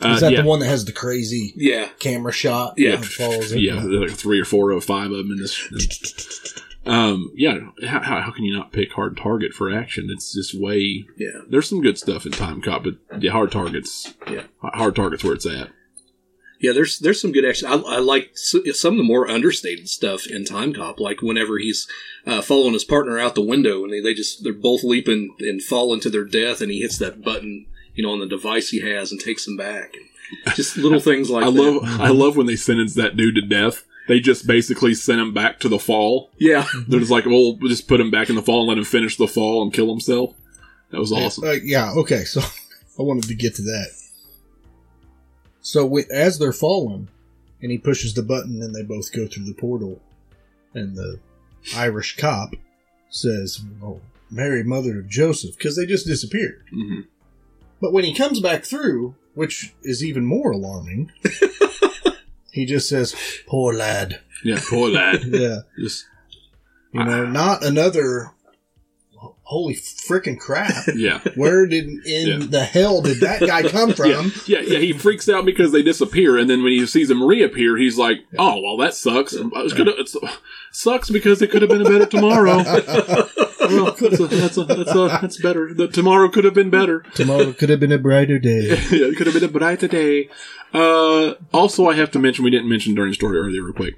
S8: it.
S7: Uh,
S8: Is that
S7: yeah.
S8: the one that has the crazy
S3: Yeah.
S8: camera shot?
S3: Yeah.
S8: that follows it?
S7: yeah, there's like three or four or five of them in this. this- um, yeah, how, how, how can you not pick Hard Target for action? It's just way.
S3: Yeah.
S7: There's some good stuff in Time Cop, but the Hard Target's
S3: Yeah.
S7: Hard Target's where it's at.
S3: Yeah, there's there's some good action. I, I like s- some of the more understated stuff in Time Cop, like whenever he's uh, following his partner out the window, and they, they just they're both leaping and falling to their death, and he hits that button, you know, on the device he has and takes them back. Just little things like
S7: I
S3: that.
S7: love I love when they sentence that dude to death. They just basically sent him back to the fall.
S3: yeah,
S7: They're just like, well, we'll just put him back in the fall and let him finish the fall and kill himself. That was awesome.
S8: Uh, yeah. Okay. So I wanted to get to that. So wi- as they're falling, and he pushes the button, and they both go through the portal, and the Irish cop says, "Oh, Mary, mother of Joseph," because they just disappeared.
S7: hmm
S8: But when he comes back through, which is even more alarming, he just says, "Poor lad."
S7: Yeah, poor lad.
S8: Yeah.
S7: Just
S8: You know, not another. Holy freaking crap!
S7: yeah,
S8: Where did in
S7: Yeah.
S8: the hell did that guy come from?
S7: yeah, yeah, yeah. He freaks out because they disappear, and then when he sees them reappear, he's like, "Oh, well, that sucks. I was gonna, it's, sucks because it could have been better tomorrow. well, that's a, that's a, that's a, that's better. The tomorrow could have been better.
S8: Tomorrow could have been a brighter day.
S7: yeah, it could have been a brighter day. Uh, also, I have to mention we didn't mention during the story earlier, real quick.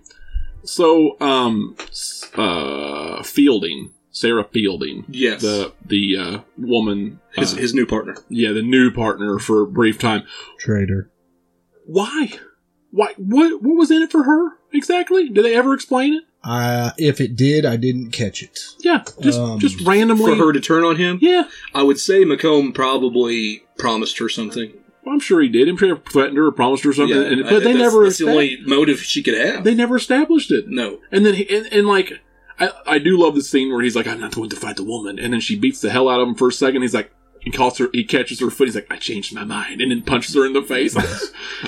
S7: So, um, s- uh, Fielding, Sarah Fielding,
S3: yes,
S7: the the uh, woman, uh,
S3: his his new partner.
S7: yeah, the new partner for a brief time.
S8: Traitor.
S7: Why? Why? What? What was in it for her exactly? Did they ever explain it?
S8: Uh, if it did, I didn't catch it.
S7: Yeah, just
S8: Um,
S7: just randomly.
S3: For her to turn on him,
S7: Yeah,
S3: I would say Macomb probably promised her something.
S7: well, I'm sure he did. I'm sure he threatened her or promised her something.
S3: Yeah,
S7: and,
S3: I-
S7: but they
S3: that's-
S7: never.
S3: That's the
S7: estab-
S3: only motive she could have.
S7: They never established it.
S3: no,
S7: And then, he, and, and like, I, I do love the scene where he's like, I'm not going to fight the woman. And then she beats the hell out of him for a second. He's like, he calls her, he catches her foot. He's like, I changed my mind. And then punches her in the face. Um,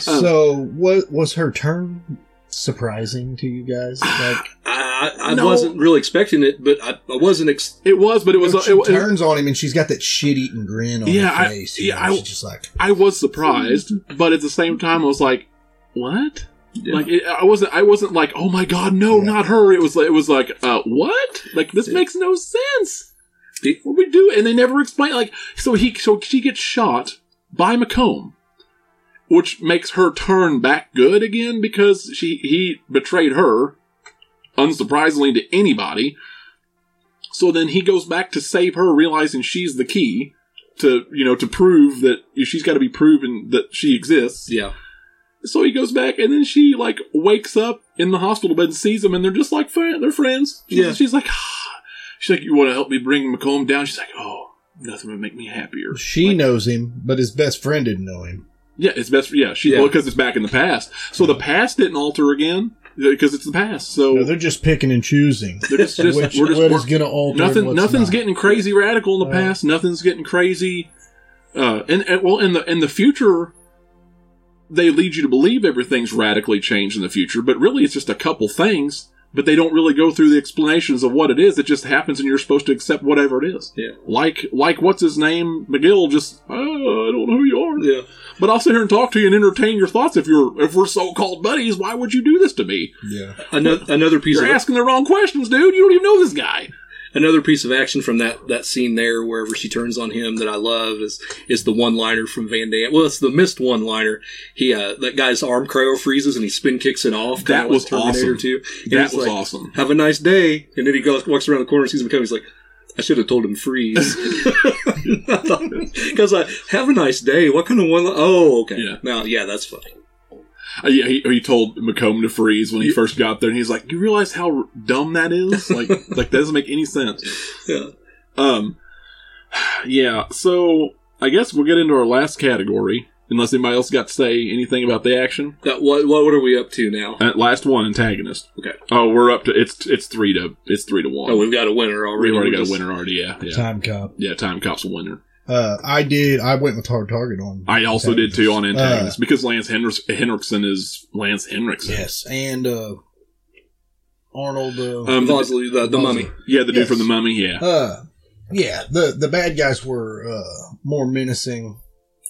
S8: so, what was her turn surprising to you guys? Like,
S3: I, I I
S7: No.
S3: wasn't really expecting it, but I, I wasn't. Ex-
S7: it was, but it was,
S8: she
S7: it, was-
S8: turns on him, and she's got that shit-eating grin on
S7: Yeah,
S8: her
S7: I-
S8: face.
S7: yeah,
S8: know,
S7: I-
S8: she's just like,
S7: I was surprised, but at the same time, I was like, what? Like it, I wasn't, I wasn't like, oh my god, no,
S8: Yeah.
S7: not her. It was, like- it was like, uh, what? Like this makes no sense.
S3: It-
S7: What we do, and they never explain. Like so, he so she gets shot by Macomb, which makes her turn back good again because she he betrayed her, unsurprisingly to anybody. So then he goes back to save her, realizing she's the key to you know to prove that she's got to be proven that she exists.
S3: yeah,
S7: So he goes back, and then she like wakes up in the hospital bed and sees him, and they're just like friend, they're friends. She's,
S3: Yeah.
S7: she's like, "Ah." she's like, you want to help me bring Macomb down? She's like, oh, nothing would make me happier.
S8: she
S7: Like,
S8: knows him, but his best friend didn't know him.
S7: yeah, it's best. For, yeah, she
S3: Yeah.
S7: because it's back in the past, so the past didn't alter again. because it's the past. So
S8: No, they're just picking and choosing.
S7: they're just, just-
S8: which,
S7: we're just
S8: what
S7: we're-
S8: is going to alter? and
S7: nothing.
S8: what's
S7: nothing's
S8: not. Uh,
S7: getting crazy radical in the
S8: Right.
S7: past. Nothing's getting crazy. Uh, and, and well, in the in the future, they lead you to believe everything's radically changed in the future, but really it's just a couple things. But they don't really go through the explanations of what it is. It just happens, and you're supposed to accept whatever it is.
S3: Yeah.
S7: Like like what's his name McGill? Just oh, I don't know who you are. Yeah. But I'll sit here and talk to you and entertain your thoughts. If you're if we're so called buddies, why would you do this to me?
S8: Yeah.
S3: Another, another piece
S7: You're
S3: of
S7: asking the wrong questions, dude. You don't even know this guy.
S3: another piece of action from that that scene there, wherever she turns on him, that I love is is the one liner from Van Damme. Well, it's the missed one liner. He uh, that guy's arm cryo freezes and he spin kicks it off. kinda
S7: That
S3: like
S7: was
S3: Terminator
S7: awesome.
S3: 2. And
S7: That
S3: it's
S7: was
S3: like,
S7: awesome.
S3: Have a nice day, and then he goes walks around the corner, and sees him coming. He's like. I should have told him freeze. Because I have a nice day. What kind of one? Oh, okay.
S7: Yeah.
S3: Now, yeah, that's funny.
S7: Uh, yeah, he, he told Macomb to freeze when he first got there, and he's like, "You realize how r- dumb that is? Like, like that doesn't make any sense."
S3: Yeah.
S7: Um, yeah. So I guess we'll get into our last category, unless anybody else got to say anything about the action.
S3: That, what, what are we up to now?
S7: Uh, last one, antagonist.
S3: Okay.
S7: Oh, we're up to it's it's three to it's three to one.
S3: Oh, we've got a winner already.
S7: We've already
S3: We're
S7: got a
S3: just-
S7: winner already. Yeah, yeah,
S8: Time cop.
S7: yeah. Time Cop's a winner.
S8: Uh, I did. I went with hard target on. Uh,
S7: I also did too on
S8: Antagonist.
S7: antagonist because Lance Henris- Henriksen is Lance Henriksen.
S8: Yes, and uh, Arnold. Uh,
S7: Um,
S3: Vosloo, the, the
S8: Vosloo.
S3: mummy.
S7: Yeah, the dude
S8: Yes.
S7: from the Mummy. Yeah.
S8: uh, yeah. The the bad guys were uh, more menacing,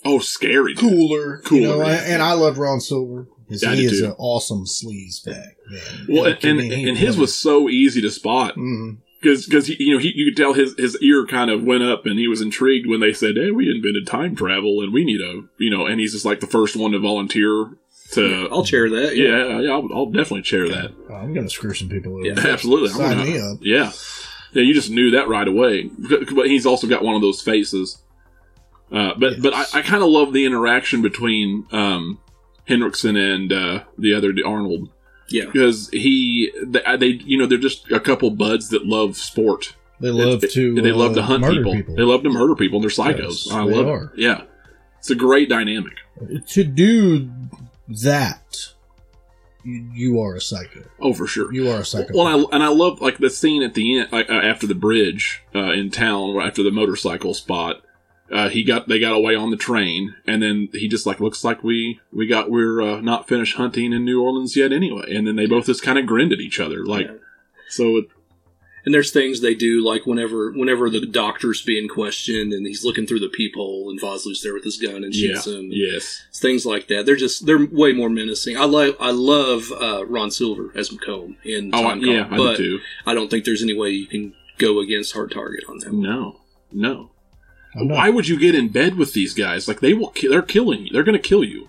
S7: oh, scary. dude.
S8: cooler,
S7: Cooler,
S8: You know,
S7: yeah.
S8: and, and I love Ron Silver. 'cause
S7: Yeah, I
S8: he
S7: do
S8: is
S7: too.
S8: an awesome sleaze bag. Man.
S7: Well,
S8: Like, I
S7: and,
S8: mean, he
S7: and his was so easy to spot
S8: Mhm.
S7: because you know he you could tell his his ear kind of went up and he was intrigued when they said, "Hey, we invented time travel and we need a you know," and he's just like the first one to volunteer to.
S3: I'll chair that. Yeah.
S7: yeah, yeah, I'll, I'll definitely chair that.
S8: Oh, I'm gonna screw some people over.
S3: Yeah.
S7: Absolutely, I'm
S8: Sign
S7: gonna-
S8: me up.
S7: Yeah, yeah, you just knew that right away. But he's also got one of those faces. Uh, but but I,
S8: Yes.
S7: I kind of love the interaction between um, Hendrickson and uh, the other Arnold.
S3: Yeah.
S7: because he they, uh, they you know they're just a couple buds that love sport.
S8: They love
S7: It- it-
S8: to.
S7: they love
S8: uh,
S7: to hunt
S8: murder
S7: people. They love to murder people. They're psychos.
S8: Yes,
S7: I
S8: they
S7: love. it.
S8: are.
S7: Yeah, it's a great dynamic.
S8: to do that. You, you are a psycho.
S7: Oh, for sure.
S8: You are a psycho.
S7: Well, and I, and I love like the scene at the end, like, uh, after the bridge uh, in town, where after the motorcycle spot. Uh, he got they got away on the train, and then he just like looks like we we got we're uh, not finished hunting in New Orleans yet anyway. And then they both just kind of grinned at each other, like so. It,
S3: And there's things they do, like whenever whenever the doctor's being questioned and he's looking through the peephole and Vosloo's there with his gun and
S7: yeah,
S3: shoots him.
S7: yes,
S3: It's Things like that. They're just they're way more menacing. I love I love uh, Ron Silver as McComb in
S7: oh I,
S3: Time Cop,
S7: yeah, I do
S3: but
S7: too.
S3: I don't think there's any way you can go against Hard Target on that. one.
S7: No, no.
S8: I'm not-
S7: Why would you get in bed with these guys? Like they will, ki- they're killing you. They're going to kill you.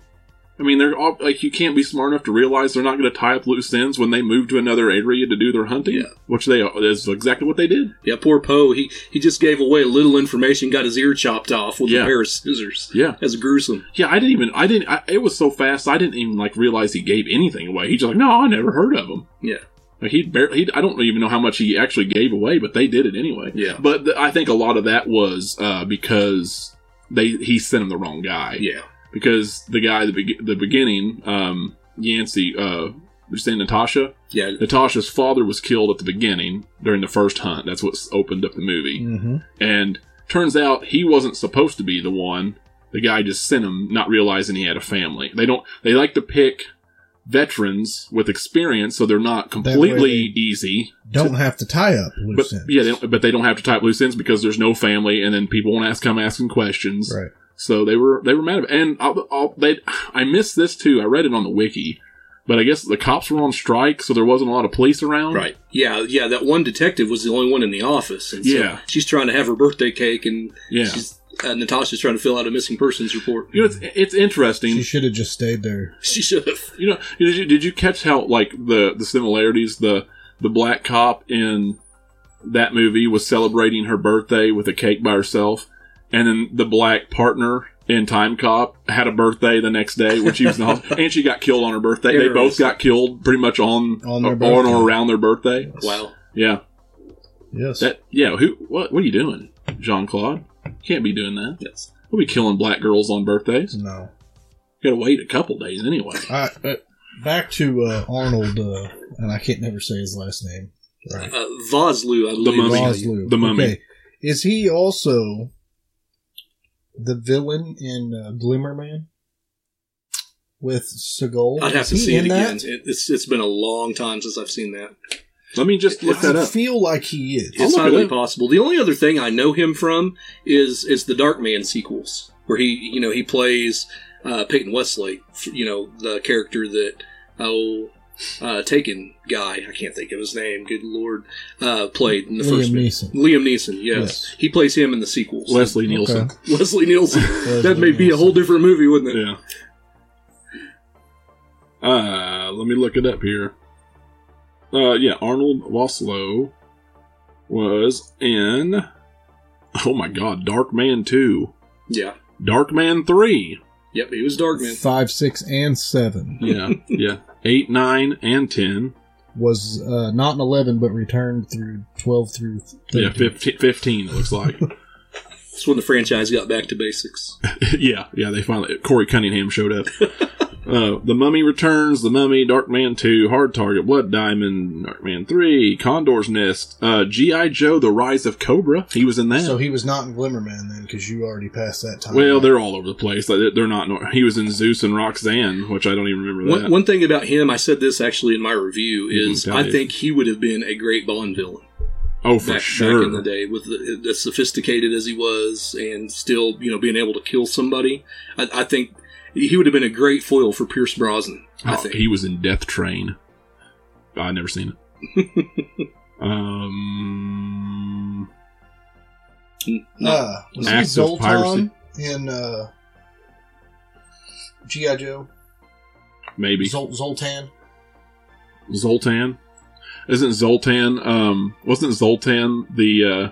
S7: I mean, they're all, like you can't be smart enough to realize they're not going to tie up loose ends when they move to another area to do their hunting,
S3: Yeah.
S7: which they is exactly what they did.
S3: Yeah, poor Poe. He he just gave away little information, got his ear chopped off with
S7: Yeah.
S3: a pair of scissors.
S7: Yeah,
S3: That's gruesome.
S7: yeah. I didn't even, I didn't. I, it was so fast, I didn't even like realize he gave anything away. He's just like, no, I never heard of him.
S3: Yeah.
S7: Like he barely, he, I don't even know how much he actually gave away, but they did it anyway.
S3: Yeah.
S7: But th- I think a lot of that was uh, because they he sent him the wrong guy.
S3: Yeah.
S7: because the guy at the, be- the beginning, um, Yancey, uh, you saying Natasha?
S3: Yeah.
S7: Natasha's father was killed at the beginning during the first hunt. That's what's opened up the movie.
S8: Mhm.
S7: And turns out he wasn't supposed to be the one. The guy just sent him, not realizing he had a family. They don't. They like to pick veterans with experience, so they're not
S8: way
S7: completely
S8: they-
S7: easy.
S8: Don't have to tie up
S7: But
S8: loose ends.
S7: yeah, they don't, but they don't have to type loose ends because there's no family, and then people won't ask come asking questions.
S8: Right.
S7: So they were they were mad about, and I'll, I'll, they I missed this too. I read it on the wiki, but I guess the cops were on strike, so there wasn't a lot of police around.
S3: Right. Yeah, yeah. That one detective was the only one in the office. And so
S7: Yeah.
S3: She's trying to have her birthday cake, and
S7: Yeah.
S3: she's, uh, Natasha's trying to fill out a missing persons report.
S7: You know, it's, it's interesting.
S8: She should have just stayed there.
S3: She should have.
S7: you know, did you, did you catch how like the the similarities the the black cop in that movie was celebrating her birthday with a cake by herself, and then the black partner in Time Cop had a birthday the next day when she was in the hospital, and she got killed on her birthday. They both got killed pretty much on
S8: On their
S7: or- on
S8: birthday.
S7: or around their birthday.
S3: Wow.
S7: Yeah.
S8: Yes.
S7: That yeah, who what what are you doing, Jean Claude? Can't be doing that.
S3: Yes.
S7: We'll be killing black girls on birthdays.
S8: no.
S7: You gotta wait a couple days anyway.
S8: I, uh, Back to uh, Arnold, uh, and I can't never say his last name. Right.
S3: Uh, Vosloo, I believe.
S7: Mummy.
S8: Vosloo.
S7: The Mummy.
S8: Is he also the villain in uh, Glimmerman with Seagal?
S3: I'd have to
S8: Is he
S3: see it
S8: in
S3: again.
S8: that?
S3: It, it's it's been a long time since I've seen that.
S7: Let me just look that
S8: I
S7: up.
S8: feel like he is.
S7: I'll
S3: It's
S7: look it
S3: highly
S7: up.
S3: possible. The only other thing I know him from is is the Dark Man sequels, where he you know he plays uh, Peyton Westlake, f- you know the character that oh uh, Taken guy, I can't think of his name. Good lord, uh, played in the
S8: Liam
S3: first movie.
S8: Neeson.
S3: Liam Neeson, yes.
S8: Yes.
S3: he plays him in the sequels.
S7: Leslie Nielsen.
S8: Okay.
S3: Leslie Nielsen. that may be a
S8: Nielsen.
S3: whole different movie, wouldn't it?
S7: Yeah. Uh, let me look it up here. Uh, yeah, Arnold Waslow was in. Oh my God, Dark Man Two,
S3: Yeah.
S7: Dark Man Three.
S3: Yep, he was Darkman.
S8: Five, six, and seven
S7: Yeah, yeah, eight, nine, and ten.
S8: was uh, not an eleven, but returned through twelve through. 13.
S7: Yeah, 15, 15 it looks like.
S3: That's when the franchise got back to basics.
S7: yeah, yeah, they finally Corey Cunningham showed up. Uh, the Mummy Returns, The Mummy, Dark Man 2, Hard Target, Blood Diamond, Dark Man 3, Condor's Nest, uh, G.I. Joe, The Rise of Cobra. He was in that.
S8: So he was not in Glimmerman then, because you already passed that time.
S7: well, they're all over the place. Like, they're- They're not. nor- He was in Zeus and Roxanne, which I don't even remember that.
S3: One, one thing about him, I said this actually in my review,
S7: Mhm,
S3: is
S7: that
S3: I
S7: is-
S3: think he would have been a great Bond villain
S7: oh, for
S3: back, back
S7: sure.
S3: in the day, with the, as sophisticated as he was, and still you know being able to kill somebody. I, I think he would have been a great foil for Pierce Brosnan. I
S7: Oh,
S3: think
S7: he was in Death Train. I never seen it. um,
S3: No.
S8: Uh, was he
S7: Acts of
S8: Zoltan in uh, G.I. Joe?
S7: maybe
S8: Zol- Zoltan?
S7: Zoltan. Isn't Zoltan um wasn't Zoltan the uh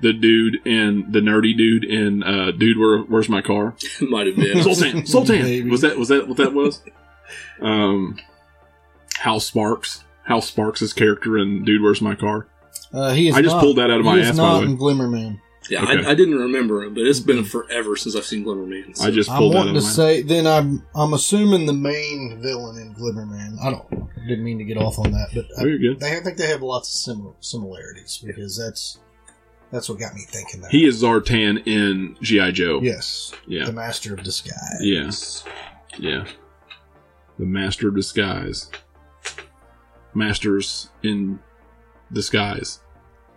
S7: the dude in the nerdy dude in uh dude where where's my car?
S3: might have been.
S7: Zoltan Zoltan
S8: Maybe.
S7: was that was that what that was? um Hal Sparks. Hal Sparks' character in Dude Where's My Car.
S8: Uh, he is
S7: I just
S8: not-
S7: pulled that out of
S8: he
S7: my
S8: is
S7: ass, by
S8: not
S7: the way.
S8: in Glimmerman.
S3: Yeah,
S7: Okay.
S3: I, I didn't remember him, but it's been forever since I've seen Glimmerman. So.
S7: I just
S8: I'm
S7: pulled that out
S8: wanting
S7: of
S8: to
S7: my
S8: say, then I'm I'm assuming the main villain in Glimmerman. I don't didn't mean to get off on that, but
S7: Oh,
S8: I,
S7: you're good.
S8: they, I think they have lots of similar similarities because that's that's what got me thinking that.
S7: He is Zartan in G.I. Joe.
S8: yes,
S7: Yeah.
S8: the master of disguise.
S7: Yes. Yeah. The master of disguise. Masters in disguise.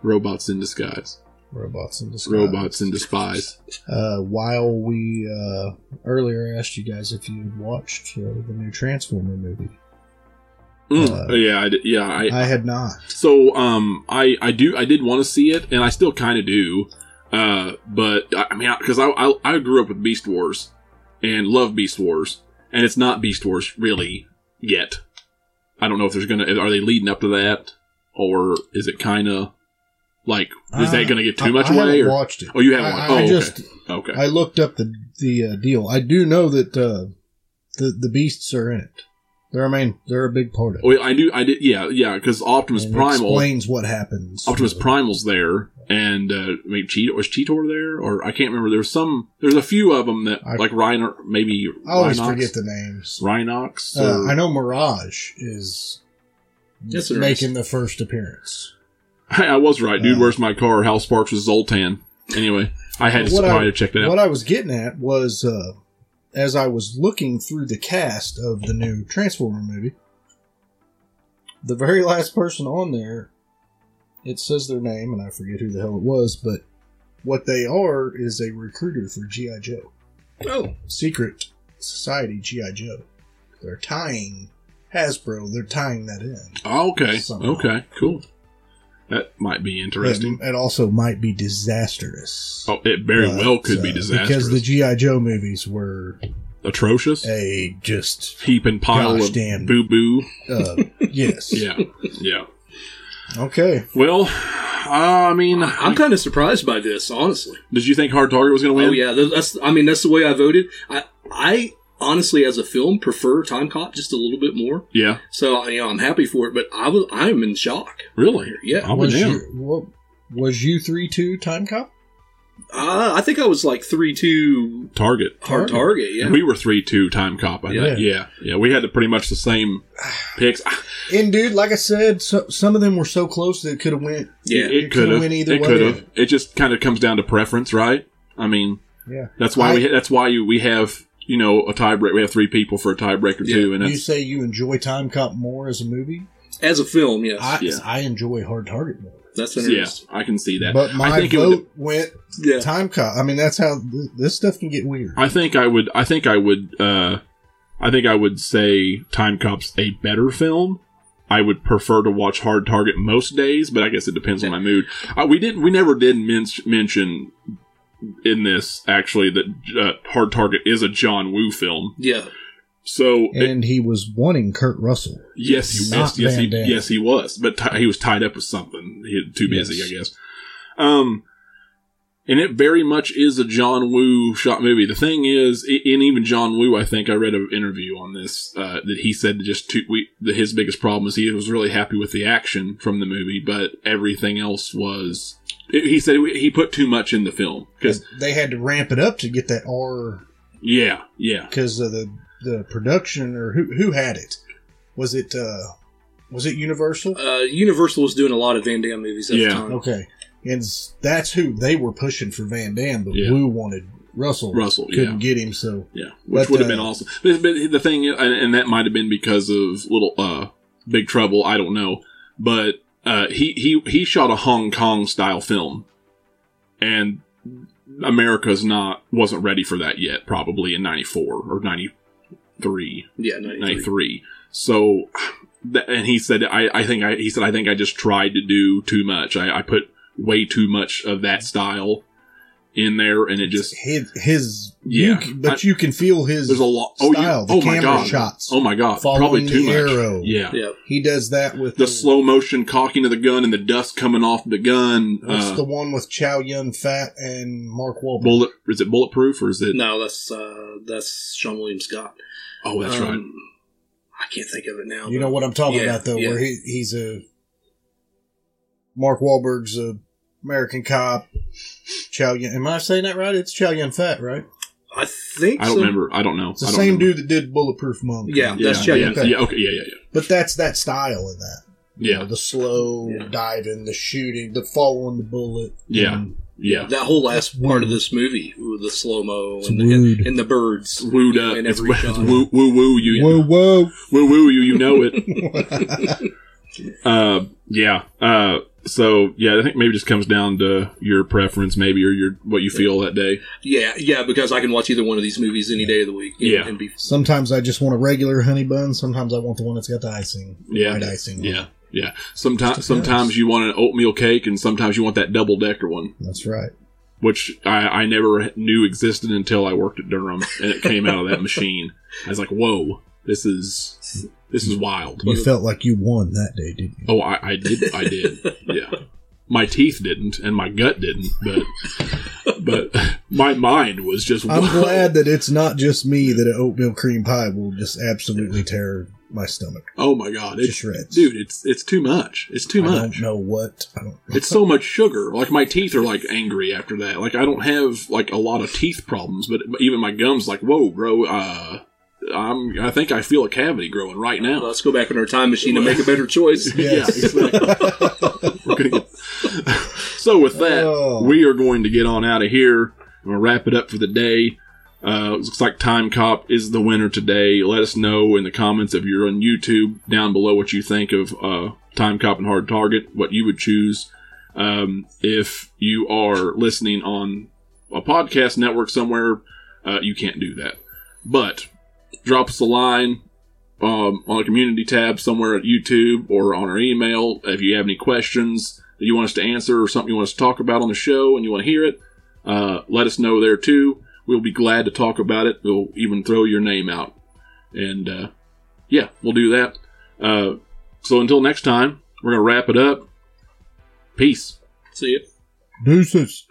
S7: Robots in disguise.
S8: Robots in disguise.
S7: Robots in despise.
S8: Uh, while we uh, earlier asked you guys if you had watched uh, the new Transformer movie,
S7: Mm. yeah, I did, yeah. I,
S8: I had not.
S7: so um, I I do I did want to see it, and I still kind of do. Uh, but I, I mean, because I, I I grew up with Beast Wars, and love Beast Wars, and it's not Beast Wars really yet. I don't know if there's gonna are they leading up to that, or is it kind of like is that gonna get too
S8: Uh, I-
S7: much
S8: I haven't
S7: away? Or,
S8: watched it.
S7: oh, you haven't.
S8: I-
S7: watched-
S8: I
S7: oh, okay.
S8: just
S7: okay.
S8: I looked up the the uh, deal. I do know that uh, the the beasts are in it. They're I mean they're a big part of it.
S7: Oh, yeah, I do. I did. Yeah, yeah. Because Optimus
S8: And it
S7: Primal. Oh,
S8: explains what happens.
S7: Optimus
S8: Uh,
S7: Primal's there, and uh, I mean, Cheetor, was Cheetor there, or I can't remember. There's some. There's a few of them that
S8: I-
S7: like Rhino, maybe.
S8: I always
S7: Rhinox,
S8: forget the names.
S7: Rhinox.
S8: Uh,
S7: or-
S8: I know Mirage is
S3: That's interesting.
S8: making the first appearance.
S7: Hey, I was right, dude.
S8: Uh,
S7: where's my car? Hal Sparks was Zoltan. Anyway, I had to
S8: What I-
S7: probably check that out.
S8: What I was getting at was uh, as I was looking through the cast of the new Transformer movie, the very last person on there, it says their name, and I forget who the hell it was, but what they are is a recruiter for G.I. Joe.
S3: oh,
S8: Secret Society G.I. Joe. They're tying Hasbro, they're tying that in.
S7: Oh, okay,
S8: somehow.
S7: okay, cool. That might be interesting.
S8: It, it also might be disastrous.
S7: oh, it very
S8: But,
S7: well could be
S8: uh,
S7: disastrous.
S8: Because the G.I. Joe movies were
S7: Atrocious
S8: a just
S7: heap and pile
S8: Uh, gosh
S7: of
S8: damn.
S7: boo boo.
S8: uh, yes.
S7: Yeah, yeah.
S8: Okay.
S7: Well, uh, I mean,
S3: I'm kind of surprised by this, honestly.
S7: did you think Hard Target was going to win?
S3: Oh yeah, th- that's. I mean, that's the way I voted. I, I honestly, as a film, prefer Time Cop just a little bit more.
S7: Yeah,
S3: So you know, I'm happy for it, but I was, I am in shock.
S7: really.
S3: Yeah.
S7: I would
S8: was
S7: damn.
S8: you what was you three two time cop?
S3: Uh, I think I was like three two
S7: Target.
S3: hard target. Yeah,
S7: We were three two time cop. I
S3: Yeah.
S7: think. Yeah, yeah. We had the, pretty much the same picks. Ah,
S8: And dude, like I said, so, some of them were so close that it could have went.
S3: yeah.
S7: it
S8: could've
S7: could have.
S8: went either
S7: It
S8: way.
S7: could have. It just kind of comes down to preference, right? I mean,
S8: Yeah.
S7: that's why
S8: I-
S7: we. That's why you, we have you know a tiebreaker. We have three people for a tiebreaker
S3: Yeah.
S7: too, and
S8: You
S7: that's
S8: say you enjoy Time Cop more as a movie.
S3: As a film, yes,
S8: I,
S7: Yeah.
S8: I enjoy Hard Target more.
S3: that's
S7: yeah.
S3: interesting.
S7: I can see that.
S8: But my
S7: I think it would,
S8: vote went
S3: Yeah,
S8: Time Cop. I mean, that's how th- this stuff can get weird.
S7: I think I would. I think I would. uh I think I would say Time Cop's a better film. I would prefer to watch Hard Target most days, but I guess it depends on my mood. Uh, we didn't. We never did men- mention in this actually that uh, Hard Target is a John Woo film.
S3: yeah.
S7: So it-
S8: and he was wanting Kurt Russell.
S7: Yes, he
S8: Not
S7: was. Yes, he,
S8: Van Damme.
S7: yes, he was. But ti he was tied up with something. He was too busy,
S8: Yes.
S7: I guess. Um, and it very much is a John Woo shot movie. The thing is, i- and even John Woo, I think I read an interview on this uh, that he said that just two, we, that his biggest problem is he was really happy with the action from the movie, but everything else was. He said he put too much in the film because
S8: They had to ramp it up to get that R
S7: yeah, yeah,
S8: because of the the production or who who had it. Was it uh was it Universal?
S3: Uh, Universal was doing a lot of Van Damme movies at
S7: Yeah.
S3: the time.
S8: Okay, and s- that's who they were pushing for Van Damme, but
S7: Yeah.
S8: Wu wanted Russell.
S7: Russell,
S8: couldn't
S7: yeah.
S8: get him, so
S7: Yeah, which
S8: But,
S7: would have
S8: uh,
S7: been awesome. But, but the thing, uh, and, and that might have been because of little uh Big Trouble. I don't know, but uh, he he he shot a Hong Kong style film, and America's not wasn't ready for that yet. Probably in '94 or '93,
S3: Yeah, 93.
S7: '93. So, that, and he said, I I think I he said I think I just tried to do too much. I, I put way too much of that style in there, and it just
S8: his his
S7: Yeah.
S8: you c- but you can feel his
S7: there's a lot. Oh, you-
S8: style, the
S7: oh my
S8: camera
S7: god!
S8: shots.
S7: Oh my god! Probably
S8: Following
S7: too
S8: the
S7: much.
S8: arrow.
S7: Yeah.
S3: Yeah,
S8: He does that with
S7: The slow motion cocking of the gun and the dust coming off the gun.
S8: What's
S7: Uh,
S8: the one with Chow Yun Fat and Mark Wahlberg?
S7: bullet is it bulletproof or is it?
S3: no, that's uh, that's Sean William Scott.
S7: Oh, that's right.
S3: Um, I can't think of it now.
S8: You
S3: but-
S8: know what I'm talking
S3: Yeah,
S8: about, though,
S3: yeah.
S8: where he, he's a Mark Wahlberg's a American cop. Chow Yun, am I saying that right? It's Chow Yun Fat, right?
S3: I think
S7: I don't
S3: so.
S7: remember. I don't know.
S8: It's the
S7: I don't
S8: same
S7: remember.
S8: dude that did Bulletproof Monk.
S3: Yeah,
S7: Yeah,
S3: that's Chow
S7: yeah,
S3: Yun
S7: yeah,
S8: Fat.
S7: yeah, okay, yeah, yeah,
S8: but that's that style in that.
S7: yeah, yeah,
S8: the slow
S3: Yeah.
S8: diving, the shooting, the following the bullet.
S7: Yeah.
S8: and
S7: yeah.
S3: That whole last part of this movie, with the slow mo
S8: It's
S3: and, the- and-
S8: rude.
S3: and the birds
S7: Wooed
S3: you know,
S7: up.
S3: in
S7: It's,
S3: every
S7: it's
S3: shot.
S7: woo woo woo you.
S8: whoa!
S7: Woo woo you. You know it. Uh, yeah. Uh, so yeah, I think maybe it just comes down to your preference, maybe or your what you feel that day.
S3: Yeah, yeah, because I can watch either one of these movies any day of the week. and-
S7: Yeah.
S3: and be
S8: Sometimes I just want a regular honey bun. Sometimes I want the one that's got the icing,
S7: Yeah.
S8: white icing. on it.
S7: Yeah. Yeah. Sometimes
S8: depends.
S7: sometimes you want an oatmeal cake and sometimes you want that double decker one,
S8: that's right.
S7: which I, I never knew existed until I worked at Durham and it came out of that machine. I was like, "Whoa, this is this is wild."
S8: You felt like you won that day, didn't you?
S7: Oh, I, I did. I did. Yeah. My teeth didn't, and my gut didn't, but but my mind was just.
S8: I'm
S7: "Whoa."
S8: glad that it's not just me that an oatmeal cream pie will just absolutely tear my stomach.
S7: Oh my god,
S8: to
S7: it's
S8: shreds.
S7: dude. It's it's too much. It's too
S8: I
S7: much.
S8: don't know what. I don't,
S7: It's so much sugar. Like my teeth are like angry after that. Like I don't have like a lot of teeth problems, but but even my gums like, whoa, bro. Uh, I'm. I think I feel a cavity growing right now.
S3: Let's go back in our time machine and make a better choice.
S8: Yes.
S7: Yeah, exactly. We're gonna get- so with that,
S8: Oh.
S7: we are going to get on out of here. I'm gonna wrap it up for the day. Uh, looks like Time Cop is the winner today. Let us know in the comments if you're on YouTube down below what you think of uh, Time Cop and Hard Target, what you would choose. Um, if you are listening on a podcast network somewhere, uh, you can't do that. But drop us a line, um, on a community tab somewhere at YouTube or on our email. If you have any questions that you want us to answer or something you want us to talk about on the show and you want to hear it, uh, let us know there too. We'll be glad to talk about it. We'll even throw your name out. And uh, yeah, we'll do that. Uh, so until next time, we're going to wrap it up. Peace.
S3: See ya.
S8: Deuces.